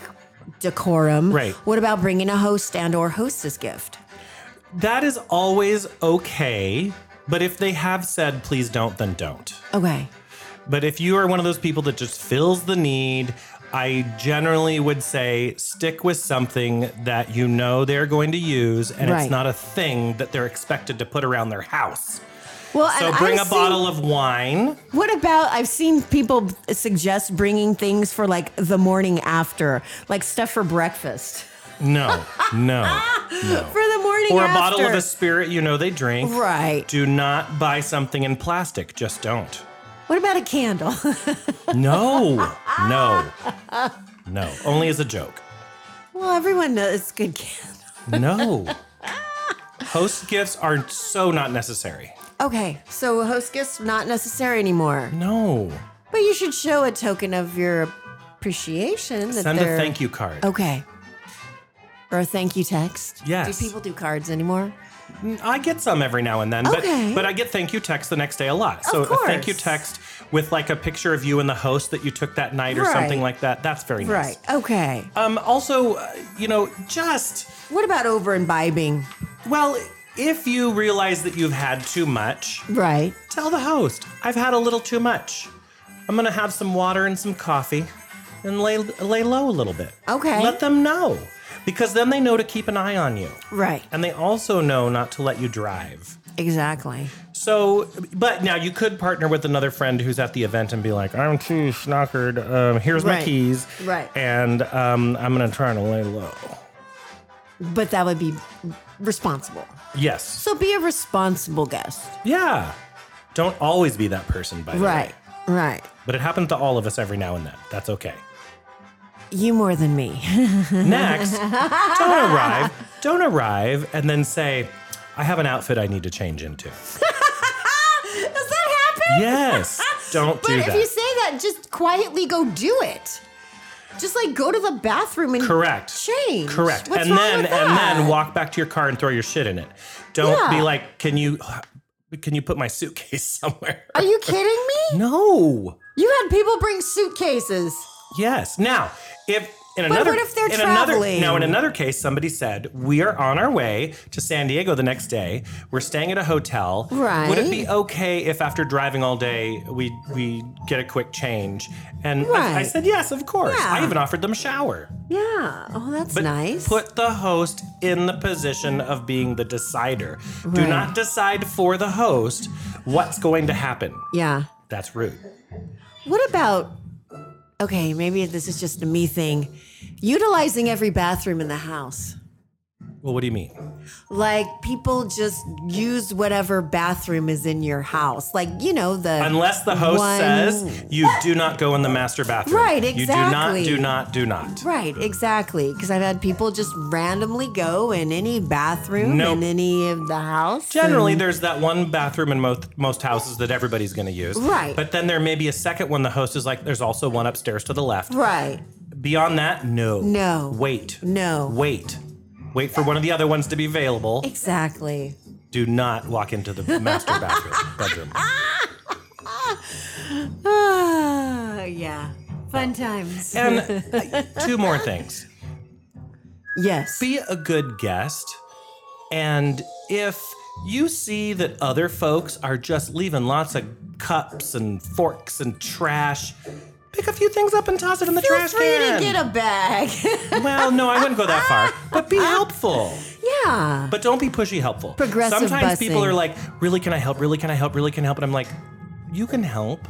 Speaker 2: decorum.
Speaker 1: Right.
Speaker 2: What about bringing a host and or hostess gift?
Speaker 1: That is always okay. But if they have said, please don't, then don't.
Speaker 2: Okay.
Speaker 1: But if you are one of those people that just feels the need, I generally would say stick with something that you know they're going to use and it's
Speaker 2: Right.
Speaker 1: not a thing that they're expected to put around their house.
Speaker 2: Well,
Speaker 1: So
Speaker 2: and
Speaker 1: bring
Speaker 2: I've
Speaker 1: a
Speaker 2: seen-
Speaker 1: bottle of wine.
Speaker 2: What about? I've seen people suggest bringing things for like the morning after, like stuff for breakfast
Speaker 1: No, no.
Speaker 2: for the morning
Speaker 1: Or a
Speaker 2: after.
Speaker 1: bottle of a spirit you know they drink.
Speaker 2: Right.
Speaker 1: Do not buy something in plastic. Just don't.
Speaker 2: What about a candle?
Speaker 1: No, no, no. Only as a joke.
Speaker 2: well, everyone knows it's good candle.
Speaker 1: No. Host gifts are so not necessary.
Speaker 2: Okay, so host gifts not necessary anymore.
Speaker 1: No.
Speaker 2: But you should show a token of your appreciation. That
Speaker 1: Send a
Speaker 2: they're-
Speaker 1: thank you card.
Speaker 2: Okay. Or a thank you text.
Speaker 1: Yes.
Speaker 2: Do people do cards anymore?
Speaker 1: I get some every now and then, but
Speaker 2: Okay.
Speaker 1: but I get thank you text the next day a lot. So
Speaker 2: Of
Speaker 1: a thank you
Speaker 2: course.
Speaker 1: text with like a picture of you and the host that you took that night or something
Speaker 2: Right.
Speaker 1: like that. That's very nice.
Speaker 2: Right. Okay.
Speaker 1: Um also, uh, you know, just
Speaker 2: What about over imbibing?
Speaker 1: well, if you realize that you've had too much,
Speaker 2: Right.
Speaker 1: tell the host, I've had a little too much. I'm gonna have some water and some coffee and lay lay low a little bit.
Speaker 2: Okay.
Speaker 1: Let them know. Because then they know to keep an eye on you.
Speaker 2: Right.
Speaker 1: And they also know not to let you drive.
Speaker 2: Exactly.
Speaker 1: So, but now you could partner with another friend who's at the event and be like, I'm too schnockered. Um, here's my
Speaker 2: Right.
Speaker 1: keys.
Speaker 2: Right.
Speaker 1: And um, I'm going to try to lay low.
Speaker 2: But that would be responsible.
Speaker 1: Yes.
Speaker 2: So be a responsible guest.
Speaker 1: Yeah. Don't always be that person, by the way.
Speaker 2: Right. Right.
Speaker 1: But it happens to all of us every now and then. That's okay.
Speaker 2: You more than me.
Speaker 1: Next, don't arrive. Don't arrive and then say, I have an outfit I need to change into.
Speaker 2: Does that happen? Ah,
Speaker 1: Yes. Don't
Speaker 2: But
Speaker 1: do
Speaker 2: if
Speaker 1: that.
Speaker 2: you say that, just quietly go do it. Just like go to the bathroom and
Speaker 1: Correct.
Speaker 2: change.
Speaker 1: Correct.
Speaker 2: What's
Speaker 1: and
Speaker 2: wrong
Speaker 1: then
Speaker 2: with
Speaker 1: and
Speaker 2: that?
Speaker 1: then walk back to your car and throw your shit in it. Don't be
Speaker 2: Yeah.
Speaker 1: like, can you can you put my suitcase somewhere?
Speaker 2: Are you kidding me?
Speaker 1: no.
Speaker 2: You had people bring suitcases.
Speaker 1: Yes. Now, if in another
Speaker 2: what if they're
Speaker 1: in another,
Speaker 2: traveling?
Speaker 1: now in another case, somebody said we are on our way to San Diego the next day. We're staying at a hotel.
Speaker 2: Right.
Speaker 1: Would it be okay if after driving all day we we get a quick change? And I- I,
Speaker 2: Right.
Speaker 1: said yes, of course.
Speaker 2: Yeah.
Speaker 1: I even offered them a shower.
Speaker 2: Yeah. Oh, that's
Speaker 1: But
Speaker 2: nice.
Speaker 1: Put the host in the position of being the decider. Do
Speaker 2: Right.
Speaker 1: not decide for the host what's going to happen.
Speaker 2: yeah.
Speaker 1: That's rude.
Speaker 2: What about okay, maybe this is just a me thing. Utilizing every bathroom in the house.
Speaker 1: Well, what do you mean?
Speaker 2: Like people just use whatever bathroom is in your house. Like, you know, the
Speaker 1: Unless the host
Speaker 2: one-
Speaker 1: says you do not go in the master bathroom.
Speaker 2: Right, exactly.
Speaker 1: You do not, do not, do not.
Speaker 2: Right, exactly. Because I've had people just randomly go in any bathroom
Speaker 1: Nope.
Speaker 2: in any of the house.
Speaker 1: Generally,
Speaker 2: and-
Speaker 1: there's that one bathroom in most most houses that everybody's going to use.
Speaker 2: Right.
Speaker 1: But then there may be a second one. The host is like, "There's also one upstairs to the left."
Speaker 2: right.
Speaker 1: Beyond that, no.
Speaker 2: No.
Speaker 1: Wait.
Speaker 2: No.
Speaker 1: Wait. Wait for one of the other ones to be available.
Speaker 2: Exactly.
Speaker 1: Do not walk into the master bathroom bedroom.
Speaker 2: Ah, yeah. Fun times.
Speaker 1: And uh, two more things.
Speaker 2: yes.
Speaker 1: be a good guest. And if you see that other folks are just leaving lots of cups and forks and trash, pick a few things up and toss it in the
Speaker 2: Feel
Speaker 1: trash
Speaker 2: free
Speaker 1: can.
Speaker 2: to get a bag.
Speaker 1: well, no, I wouldn't go that far, but be helpful.
Speaker 2: yeah.
Speaker 1: But don't be pushy helpful.
Speaker 2: Progressive
Speaker 1: Sometimes people
Speaker 2: busing.
Speaker 1: are like, really, can I help? Really, can I help? Really, can I help? And I'm like, you can help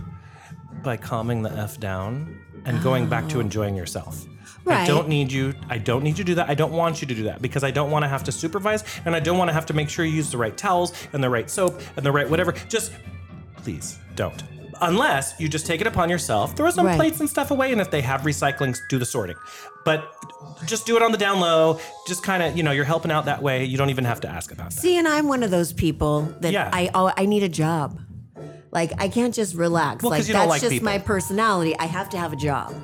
Speaker 1: by calming the F down and going back to enjoying yourself. I
Speaker 2: Oh. Right.
Speaker 1: don't need you. I don't need you to do that. I don't want you to do that because I don't want to have to supervise and I don't want to have to make sure you use the right towels and the right soap and the right whatever. Just please don't. Unless you just take it upon yourself, throw some
Speaker 2: Right.
Speaker 1: plates and stuff away, and if they have recycling, do the sorting. But just do it on the down low. Just kind of, you know, you're helping out that way. You don't even have to ask about that.
Speaker 2: See, and I'm one of those people that
Speaker 1: Yeah.
Speaker 2: I oh, I need a job. Like I can't just relax.
Speaker 1: Well, 'cause
Speaker 2: like
Speaker 1: you
Speaker 2: that's
Speaker 1: don't like
Speaker 2: just
Speaker 1: people.
Speaker 2: my personality. I have to have a job.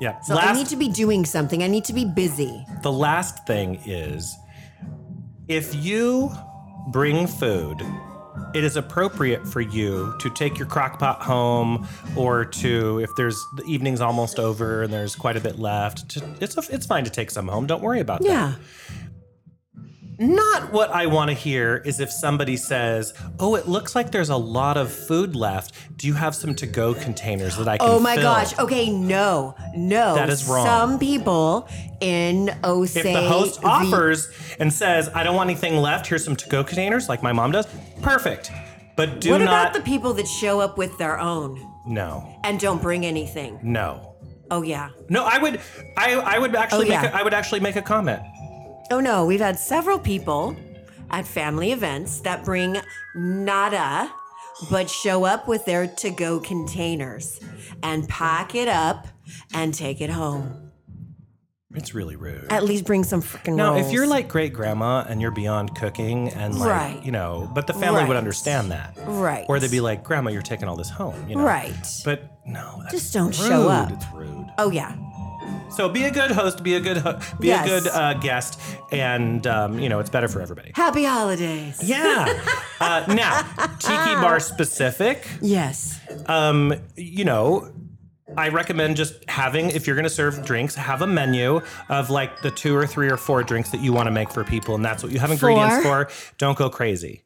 Speaker 1: Yeah.
Speaker 2: So I need to be doing something. I need to be busy.
Speaker 1: The last thing is if you bring food, it is appropriate for you to take your crock pot home or to if there's the evening's almost over and there's quite a bit left to, it's a, it's fine to take some home don't worry about that
Speaker 2: Yeah.
Speaker 1: Not what I want to hear is if somebody says, "Oh, it looks like there's a lot of food left. Do you have some to-go containers that I can
Speaker 2: Oh my
Speaker 1: fill?"
Speaker 2: gosh. Okay, no, no.
Speaker 1: That is wrong.
Speaker 2: Some people in oh
Speaker 1: If
Speaker 2: say
Speaker 1: the host offers and says, "I don't want anything left. Here's some to-go containers," like my mom does, perfect. But do
Speaker 2: what
Speaker 1: not
Speaker 2: about the people that show up with their own
Speaker 1: no,
Speaker 2: and don't bring anything?
Speaker 1: no,
Speaker 2: Oh yeah.
Speaker 1: no. I would, I, I would actually,
Speaker 2: Oh, yeah.
Speaker 1: make a, I would actually make a comment.
Speaker 2: Oh no, we've had several people at family events that bring nada but show up with their to-go containers and pack it up and take it home.
Speaker 1: It's really rude.
Speaker 2: At least bring some freaking
Speaker 1: Now, if you're like great grandma and you're beyond cooking and like,
Speaker 2: Right.
Speaker 1: you know, but the family would
Speaker 2: Right.
Speaker 1: understand that.
Speaker 2: Right.
Speaker 1: Or they'd be like, grandma, you're taking all this home, you know?
Speaker 2: Right.
Speaker 1: But no, that's
Speaker 2: Just don't
Speaker 1: rude.
Speaker 2: show up.
Speaker 1: It's rude.
Speaker 2: Oh yeah.
Speaker 1: So be a good host, be a good, ho- be
Speaker 2: Yes.
Speaker 1: a good uh, guest, and um, you know it's better for everybody.
Speaker 2: Happy holidays.
Speaker 1: Yeah. uh, now, tiki bar specific.
Speaker 2: Yes.
Speaker 1: um, you know, I recommend just having, if you're going to serve drinks, have a menu of like the two or three or four drinks that you want to make for people. And that's what you have ingredients
Speaker 2: Four?
Speaker 1: for. Don't go crazy.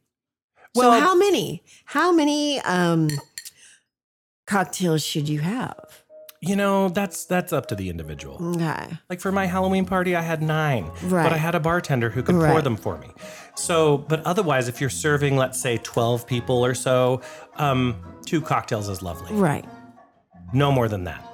Speaker 2: so how many? How many um cocktails should you have?
Speaker 1: you know, that's that's up to the individual.
Speaker 2: Okay.
Speaker 1: Like for my Halloween party, I had nine,
Speaker 2: Right.
Speaker 1: but I had a bartender who could pour
Speaker 2: Right.
Speaker 1: them for me. So, but otherwise, if you're serving, let's say, 12 people or so, um, two cocktails is lovely.
Speaker 2: Right.
Speaker 1: No more than that.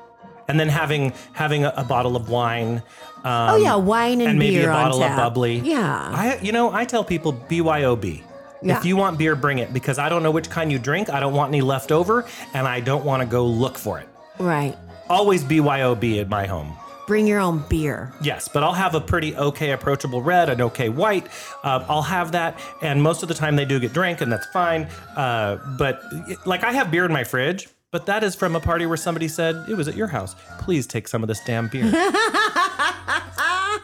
Speaker 1: And then having having a, a bottle of wine. Um,
Speaker 2: Oh yeah, wine and,
Speaker 1: and maybe
Speaker 2: beer
Speaker 1: a
Speaker 2: on
Speaker 1: bottle of
Speaker 2: tap.
Speaker 1: bubbly.
Speaker 2: Yeah.
Speaker 1: I, you know, I tell people BYOB.
Speaker 2: Yeah.
Speaker 1: If you want beer, bring it because I don't know which kind you drink. I don't want any left over, and I don't want to go look for it.
Speaker 2: Right.
Speaker 1: Always BYOB at my home.
Speaker 2: Bring your own beer.
Speaker 1: Yes, but I'll have a pretty okay approachable red, an okay white. Uh, I'll have that, and most of the time they do get drink, and that's fine. Uh, but like I have beer in my fridge, But that is from a party where somebody said, It was at your house. Please take some of this damn beer.
Speaker 2: Ah,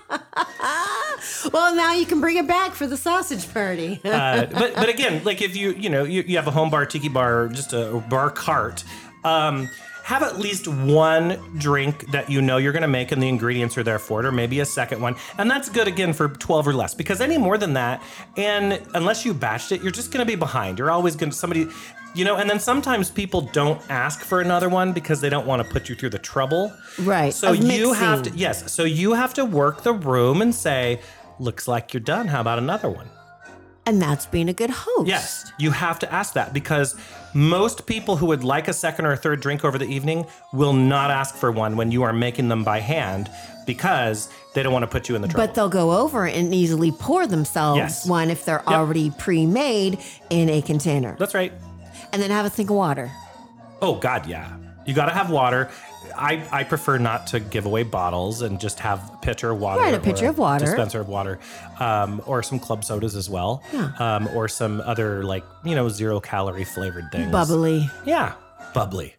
Speaker 2: well, now you can bring it back for the sausage party.
Speaker 1: uh, but, but again, like if you, you know, you, you have a home bar, tiki bar, or just a bar cart, um, have at least one drink that you know you're going to make and the ingredients are there for it, or maybe a second one. And that's good again for 12 or less because any more than that, and unless you batched it, you're just going to be behind. You're always going to, somebody, you know, and then sometimes people don't ask for another one because they don't want to put you through the trouble.
Speaker 2: Right,
Speaker 1: So
Speaker 2: of
Speaker 1: you have to,
Speaker 2: mixing.
Speaker 1: yes. So you have to work the room and say, looks like you're done. How about another one?
Speaker 2: and that's being a good host.
Speaker 1: Yes, you have to ask that because most people who would like a second or a third drink over the evening will not ask for one when you are making them by hand because they don't want to put you in the trouble.
Speaker 2: But they'll go over and easily pour themselves
Speaker 1: Yes.
Speaker 2: one if they're already pre made in a container.
Speaker 1: That's right.
Speaker 2: And then have a think of water.
Speaker 1: Oh God, yeah. You got to have water. I, I prefer not to give away bottles and just have a pitcher of water.
Speaker 2: Right, a
Speaker 1: or
Speaker 2: pitcher of water.
Speaker 1: Dispenser of water. Um, or some club sodas as well.
Speaker 2: Yeah.
Speaker 1: Um, or some other, like, you know, zero calorie flavored things.
Speaker 2: Bubbly.
Speaker 1: Yeah. Bubbly.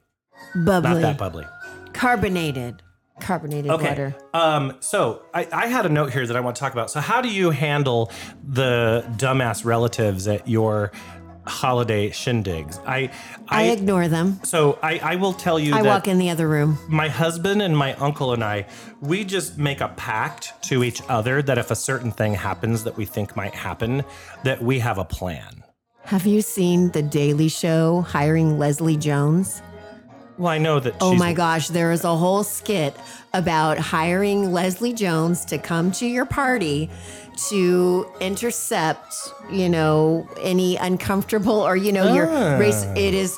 Speaker 1: Not
Speaker 2: Bubbly.
Speaker 1: that bubbly.
Speaker 2: Carbonated. Carbonated water.
Speaker 1: Um, so I, I had a note here that I want to talk about. So how do you handle the dumbass relatives at your holiday shindigs? I,
Speaker 2: I,
Speaker 1: I,
Speaker 2: ignore them.
Speaker 1: so I, I will tell you
Speaker 2: I
Speaker 1: that
Speaker 2: walk in the other room.
Speaker 1: my husband and my uncle and I, we just make a pact to each other that if a certain thing happens that we think might happen, that we have a plan.
Speaker 2: Have you seen The Daily Show hiring Leslie Jones?
Speaker 1: Well, I know that.
Speaker 2: Oh
Speaker 1: she's-
Speaker 2: my gosh, there is a whole skit about hiring Leslie Jones to come to your party to intercept, you know, any uncomfortable or you know
Speaker 1: Ah.
Speaker 2: your race. It is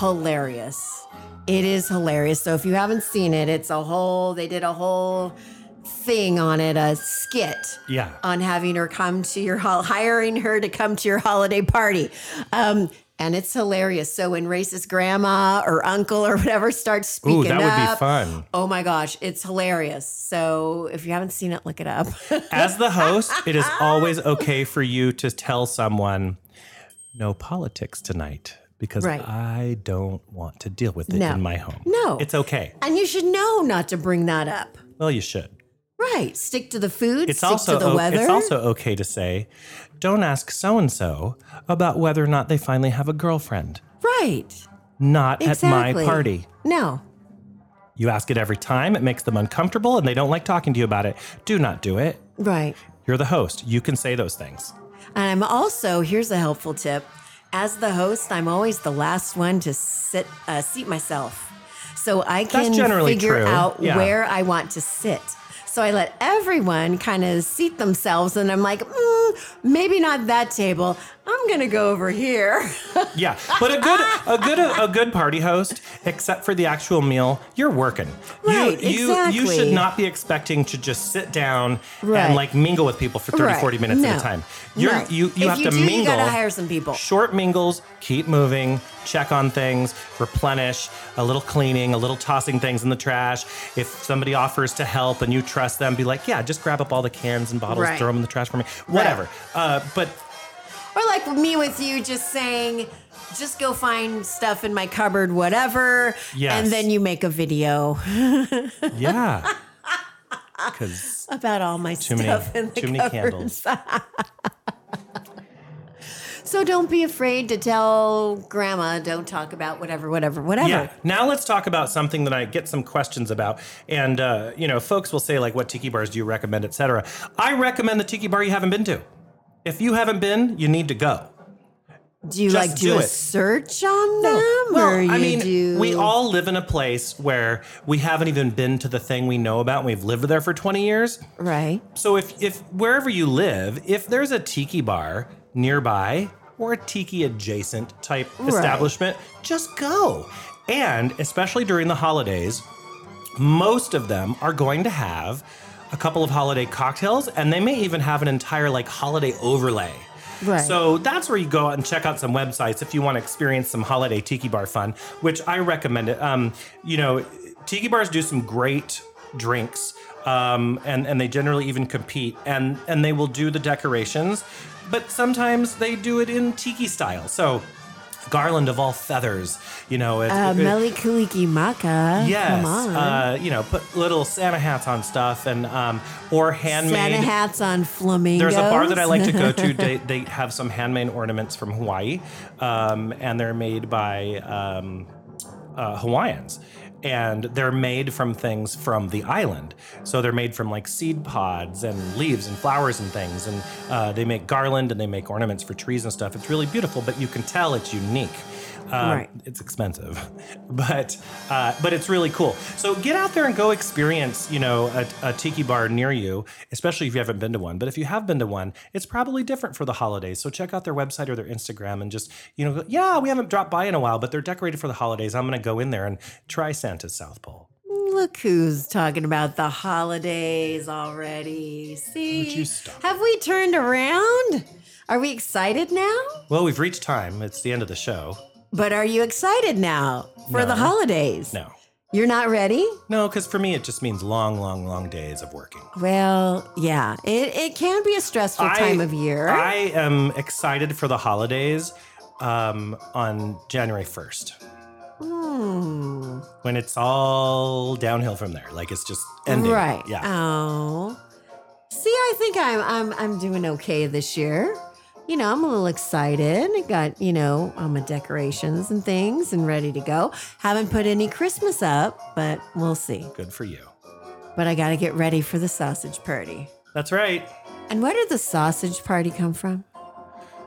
Speaker 2: hilarious. It is hilarious. So if you haven't seen it, it's a whole. They did a whole thing on it, a skit
Speaker 1: Yeah.
Speaker 2: on having her come to your hol- hiring her to come to your holiday party. Um, and it's hilarious. So when racist grandma or uncle or whatever starts speaking
Speaker 1: Ooh, that would be
Speaker 2: up,
Speaker 1: fun.
Speaker 2: oh my gosh, it's hilarious. So if you haven't seen it, look it up.
Speaker 1: As the host, it is always okay for you to tell someone no politics tonight because
Speaker 2: Right.
Speaker 1: I don't want to deal with it
Speaker 2: No.
Speaker 1: in my home.
Speaker 2: No.
Speaker 1: It's okay.
Speaker 2: and you should know not to bring that up.
Speaker 1: Well, you should.
Speaker 2: Right. Stick to the food.
Speaker 1: It's
Speaker 2: stick
Speaker 1: also
Speaker 2: to the
Speaker 1: o-
Speaker 2: weather.
Speaker 1: it's also okay to say don't ask so and so about whether or not they finally have a girlfriend.
Speaker 2: right.
Speaker 1: Not at
Speaker 2: Exactly.
Speaker 1: my party.
Speaker 2: No.
Speaker 1: You ask it every time, it makes them uncomfortable and they don't like talking to you about it. Do not do it.
Speaker 2: Right.
Speaker 1: You're the host. You can say those things.
Speaker 2: And I'm also here's a helpful tip. As the host, I'm always the last one to sit uh, seat myself, so I can
Speaker 1: generally
Speaker 2: figure
Speaker 1: true,
Speaker 2: out
Speaker 1: yeah.
Speaker 2: where I want to sit. So I let everyone kind of seat themselves, and I'm like, mm, maybe not that table. I'm gonna go over here.
Speaker 1: Yeah, but a good a good a good party host, except for the actual meal, you're working.
Speaker 2: Right,
Speaker 1: you you you should
Speaker 2: exactly.
Speaker 1: not be expecting to just sit down
Speaker 2: Right.
Speaker 1: and like mingle with people for 30
Speaker 2: Right.
Speaker 1: 40 minutes at
Speaker 2: No.
Speaker 1: a time. You're
Speaker 2: No.
Speaker 1: you you
Speaker 2: If
Speaker 1: have
Speaker 2: you
Speaker 1: to
Speaker 2: do, you
Speaker 1: mingle.
Speaker 2: gotta hire some people.
Speaker 1: Short mingles, keep moving, check on things, replenish, a little cleaning, a little tossing things in the trash. If somebody offers to help and you trust them, be like, "Yeah, just grab up all the cans and bottles,
Speaker 2: Right.
Speaker 1: throw them in the trash for me." Whatever. Uh, but
Speaker 2: Or like me with you just saying, just go find stuff in my cupboard, whatever.
Speaker 1: Yes.
Speaker 2: And then you make a video
Speaker 1: yeah. Cuz
Speaker 2: about all my
Speaker 1: too many,
Speaker 2: stuff in the
Speaker 1: too many
Speaker 2: cupboard.
Speaker 1: candles.
Speaker 2: So don't be afraid to tell grandma, don't talk about whatever, whatever, whatever.
Speaker 1: Yeah. Now let's talk about something that I get some questions about, and uh, you know, folks will say like, "What tiki bars do you recommend?" Etc. I recommend the tiki bar you haven't been to. If you haven't been, you need to go.
Speaker 2: Do you
Speaker 1: Just
Speaker 2: like
Speaker 1: do
Speaker 2: do, a
Speaker 1: it.
Speaker 2: search on them? or you
Speaker 1: I mean,
Speaker 2: do...
Speaker 1: we all live in a place where we haven't even been to the thing we know about. And we've lived there for twenty years.
Speaker 2: Right.
Speaker 1: So if if wherever you live, if there's a tiki bar nearby or a tiki adjacent type establishment, just go. And especially during the holidays, most of them are going to have a couple of holiday cocktails and they may even have an entire like holiday overlay.
Speaker 2: Right.
Speaker 1: So that's where you go out and check out some websites if you want to experience some holiday tiki bar fun, which I recommend it. Um, you know, tiki bars do some great drinks. Um, and, and they generally even compete and, and they will do the decorations, but sometimes they do it in tiki style. So garland of all feathers. You know, it's,
Speaker 2: Uh,
Speaker 1: it-
Speaker 2: Melikaliki Maka.
Speaker 1: yes,
Speaker 2: Come on.
Speaker 1: Uh, you know, put little Santa hats on stuff and um, or handmade.
Speaker 2: Santa hats on flamingos.
Speaker 1: There's a bar that I like to go to. They, they have some handmade ornaments from Hawaii, um, and they're made by um, uh, Hawaiians. And they're made from things from the island. So they're made from like seed pods and leaves and flowers and things. And uh, they make garland and they make ornaments for trees and stuff. It's really beautiful, but you can tell it's unique. Um,
Speaker 2: Right.
Speaker 1: It's expensive, but uh, but it's really cool. So get out there and go experience, you know, a, a tiki bar near you, especially if you haven't been to one. But if you have been to one, it's probably different for the holidays. So check out their website or their Instagram and just, you know, go, yeah, we haven't dropped by in a while, but they're decorated for the holidays. I'm going to go in there and try Santa's South Pole.
Speaker 2: Mm, Look who's talking about the holidays already. See,
Speaker 1: you stop?
Speaker 2: have we turned around? Are we excited now?
Speaker 1: Well, we've reached time. It's the end of the show.
Speaker 2: But are you excited now for
Speaker 1: No.
Speaker 2: the holidays?
Speaker 1: No,
Speaker 2: You're not ready?
Speaker 1: no, because for me it just means long, long, long days of working.
Speaker 2: Well, yeah, it, it can be a stressful
Speaker 1: I-
Speaker 2: time of year.
Speaker 1: I am excited for the holidays um, on January 1st
Speaker 2: Hmm.
Speaker 1: when it's all downhill from there. Like it's just ending.
Speaker 2: Right.
Speaker 1: Yeah.
Speaker 2: Oh. See, I think I'm I'm I'm doing okay this year. You know, I'm a little excited. I got, you know, all my decorations and things and ready to go. Haven't put any Christmas up, but we'll see.
Speaker 1: Good for you.
Speaker 2: But I gotta get ready for the sausage party.
Speaker 1: That's right.
Speaker 2: And where did the sausage party come from?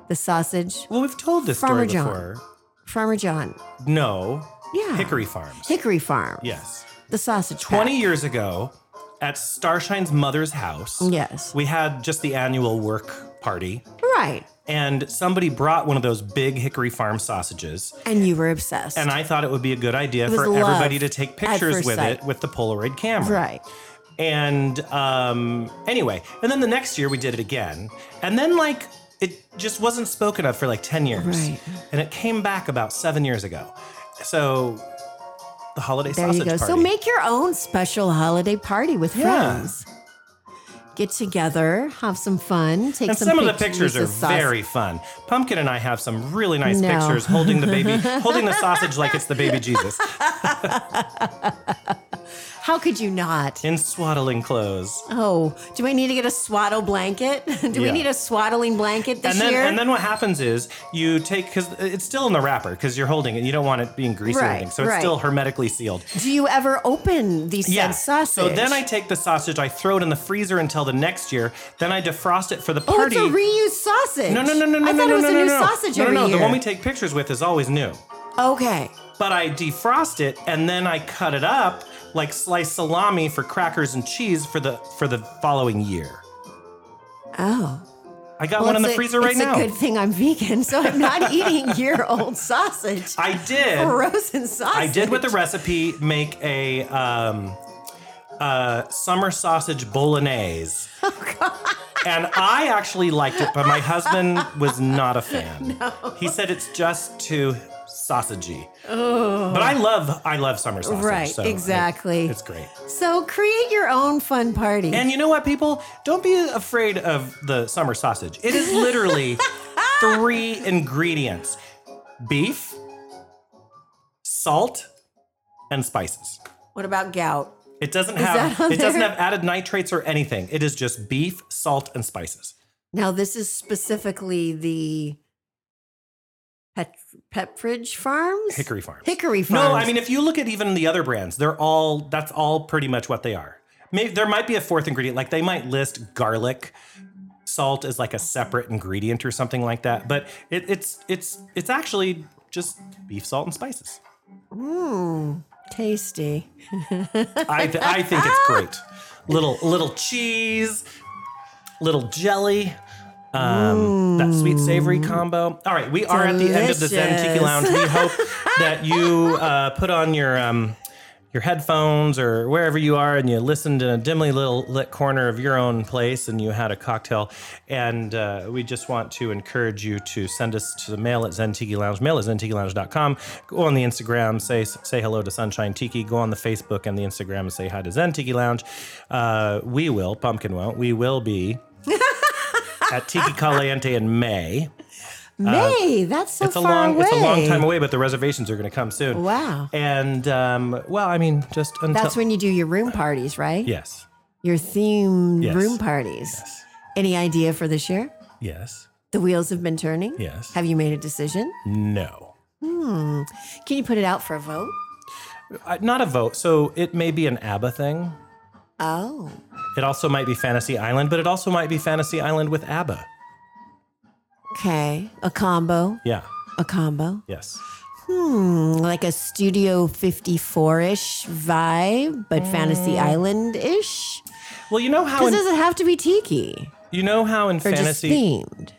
Speaker 2: The sausage?
Speaker 1: Well, we've told this
Speaker 2: Farmer
Speaker 1: story
Speaker 2: John. Ah.
Speaker 1: before.
Speaker 2: Farmer John.
Speaker 1: No.
Speaker 2: Yeah.
Speaker 1: Hickory Farms.
Speaker 2: Hickory Farm.
Speaker 1: yes.
Speaker 2: The sausage
Speaker 1: 20
Speaker 2: pack.
Speaker 1: years ago at Starshine's mother's house,
Speaker 2: Yes.
Speaker 1: we had just the annual work party.
Speaker 2: Right.
Speaker 1: And somebody brought one of those big Hickory Farm sausages.
Speaker 2: And you were obsessed.
Speaker 1: And I thought it would be a good idea
Speaker 2: was
Speaker 1: for
Speaker 2: love
Speaker 1: everybody to take
Speaker 2: at
Speaker 1: pictures
Speaker 2: first
Speaker 1: with
Speaker 2: sight.
Speaker 1: it with the Polaroid camera.
Speaker 2: Right.
Speaker 1: And um, anyway, and then the next year we did it again. And then, like, it just wasn't spoken of for like 10 years.
Speaker 2: Right.
Speaker 1: And it came back about seven years ago. So the holiday
Speaker 2: There
Speaker 1: sausage
Speaker 2: you go.
Speaker 1: party.
Speaker 2: So make your own special holiday party with
Speaker 1: Yeah.
Speaker 2: friends. Get together, have some fun, take
Speaker 1: and
Speaker 2: some,
Speaker 1: some, of the
Speaker 2: pictures
Speaker 1: pictures are
Speaker 2: saus-
Speaker 1: very fun. Pumpkin and I have some really nice
Speaker 2: No.
Speaker 1: pictures holding the baby, holding the sausage like it's the baby Jesus
Speaker 2: How could you not?
Speaker 1: in swaddling clothes.
Speaker 2: Oh, do I need to get a swaddle blanket? do we
Speaker 1: Yeah.
Speaker 2: need a swaddling blanket this
Speaker 1: and then
Speaker 2: year?
Speaker 1: and then what happens is you take because it's still in the wrapper because you're holding it. You don't want it being greasy or
Speaker 2: Right,
Speaker 1: anything, so it's
Speaker 2: right.
Speaker 1: still hermetically sealed.
Speaker 2: do you ever open these
Speaker 1: Yeah.
Speaker 2: said sausage?
Speaker 1: So then I take the sausage, I throw it in the freezer until the next year. Then I defrost it for the
Speaker 2: Oh,
Speaker 1: party.
Speaker 2: it's a reused sausage.
Speaker 1: no, no, no, no,
Speaker 2: I
Speaker 1: no,
Speaker 2: thought
Speaker 1: no,
Speaker 2: it was
Speaker 1: no,
Speaker 2: a
Speaker 1: no,
Speaker 2: new
Speaker 1: no.
Speaker 2: sausage
Speaker 1: No, no,
Speaker 2: every
Speaker 1: no.
Speaker 2: year.
Speaker 1: The one we take pictures with is always new.
Speaker 2: okay.
Speaker 1: But I defrost it and then I cut it up like sliced salami for crackers and cheese for the for the following year.
Speaker 2: Oh.
Speaker 1: I got
Speaker 2: Well,
Speaker 1: one in
Speaker 2: it's
Speaker 1: the
Speaker 2: a-
Speaker 1: freezer right
Speaker 2: it's
Speaker 1: now.
Speaker 2: a good thing I'm vegan, so I'm not eating year-old sausage.
Speaker 1: I did.
Speaker 2: frozen sausage.
Speaker 1: I did with the recipe make a um, uh, summer sausage bolognese.
Speaker 2: Oh,
Speaker 1: And I actually liked it, but my husband was not a fan. He said it's just too sausagey. Oh. But I love I love summer sausage.
Speaker 2: Right,
Speaker 1: so I-
Speaker 2: exactly.
Speaker 1: it's great.
Speaker 2: So create your own fun party.
Speaker 1: And you know what, people? Don't be afraid of the summer sausage. It is literally three ingredients: beef, salt, and spices.
Speaker 2: what about gout?
Speaker 1: It doesn't
Speaker 2: that
Speaker 1: have
Speaker 2: on
Speaker 1: it doesn't
Speaker 2: there?
Speaker 1: have added nitrates or anything. It is just beef, salt, and spices.
Speaker 2: Now this is specifically the Pet Petridge Farms,
Speaker 1: Hickory Farms.
Speaker 2: Hickory Farms.
Speaker 1: no, I mean if you look at even the other brands, they're all that's all pretty much what they are. Maybe there might be a fourth ingredient, like they might list garlic salt as like a separate ingredient or something like that. But it, it's it's it's actually just beef, salt, and spices.
Speaker 2: Mm, tasty.
Speaker 1: I th- I think it's great. Little little cheese, little jelly. Um, that sweet savory combo. All right, we are at the end of the Zen Tiki
Speaker 2: Delicious.
Speaker 1: Lounge. We hope that you uh, put on your um, your headphones or wherever you are, and you listened in a dimly little lit corner of your own place, and you had a cocktail. And uh, we just want to encourage you to send us to the mail at Zentiki Lounge, mail at zentikilounge.com. Go on the Instagram, say say hello to Sunshine Tiki. Go on the Facebook and the Instagram and say hi to Zen Tiki Lounge. Uh, we will, Pumpkin won't. We will be at Tiki Caliente in May.
Speaker 2: May, that's so
Speaker 1: uh, it's a
Speaker 2: far
Speaker 1: long,
Speaker 2: away.
Speaker 1: it's a long time away, but the reservations are going to come soon.
Speaker 2: Wow.
Speaker 1: And um, well, I mean, just until
Speaker 2: That's when you do your room parties, right?
Speaker 1: yes,
Speaker 2: Your themed
Speaker 1: Yes.
Speaker 2: room parties. Any idea for this year?
Speaker 1: yes,
Speaker 2: The wheels have been turning.
Speaker 1: Yes.
Speaker 2: Have you made a decision?
Speaker 1: no,
Speaker 2: Can you put it out for a vote?
Speaker 1: Uh, not a vote. So it may be an ABBA thing.
Speaker 2: Oh,
Speaker 1: It also might be Fantasy Island, but it also might be Fantasy Island with ABBA.
Speaker 2: okay. A combo.
Speaker 1: Yeah.
Speaker 2: A combo.
Speaker 1: Yes.
Speaker 2: Hmm, like a Studio 54 ish vibe, but Fantasy
Speaker 1: Hmm.
Speaker 2: Island ish.
Speaker 1: Well, you know how
Speaker 2: Because
Speaker 1: in,
Speaker 2: does it have to be tiki
Speaker 1: you know how in
Speaker 2: or just
Speaker 1: fantasy
Speaker 2: themed?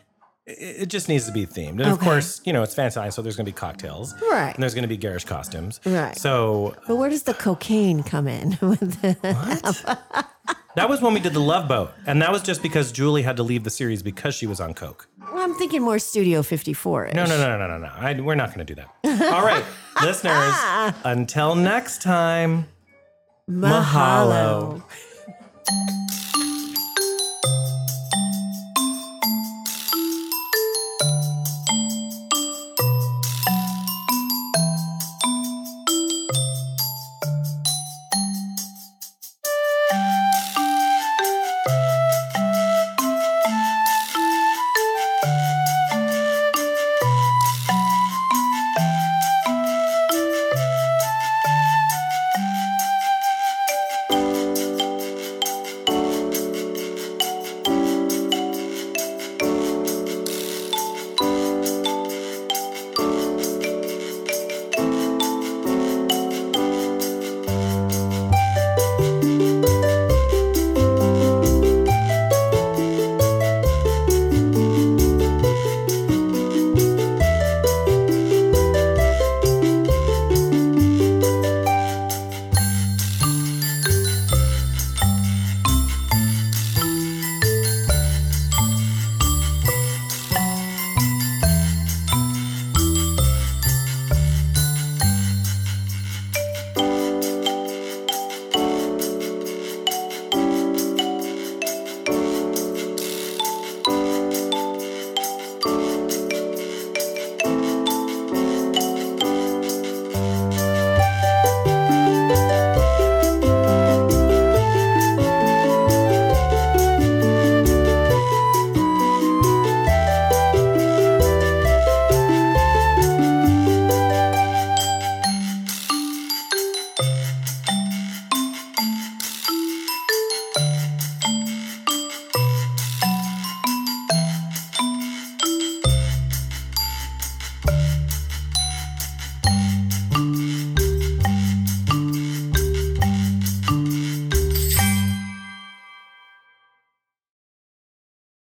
Speaker 1: it just needs to be themed. And of
Speaker 2: Okay.
Speaker 1: course, you know, it's fantasy, so there's going to be cocktails.
Speaker 2: Right.
Speaker 1: And there's going to be garish costumes.
Speaker 2: Right.
Speaker 1: So
Speaker 2: But where does the cocaine come in? With the-
Speaker 1: that was when we did the Love Boat. And that was just because Julie had to leave the series because she was on Coke.
Speaker 2: I'm thinking more Studio 54 ish.
Speaker 1: No, no, no, no, no, no. I, we're not going to do that. All right, listeners, until next time. Mahalo.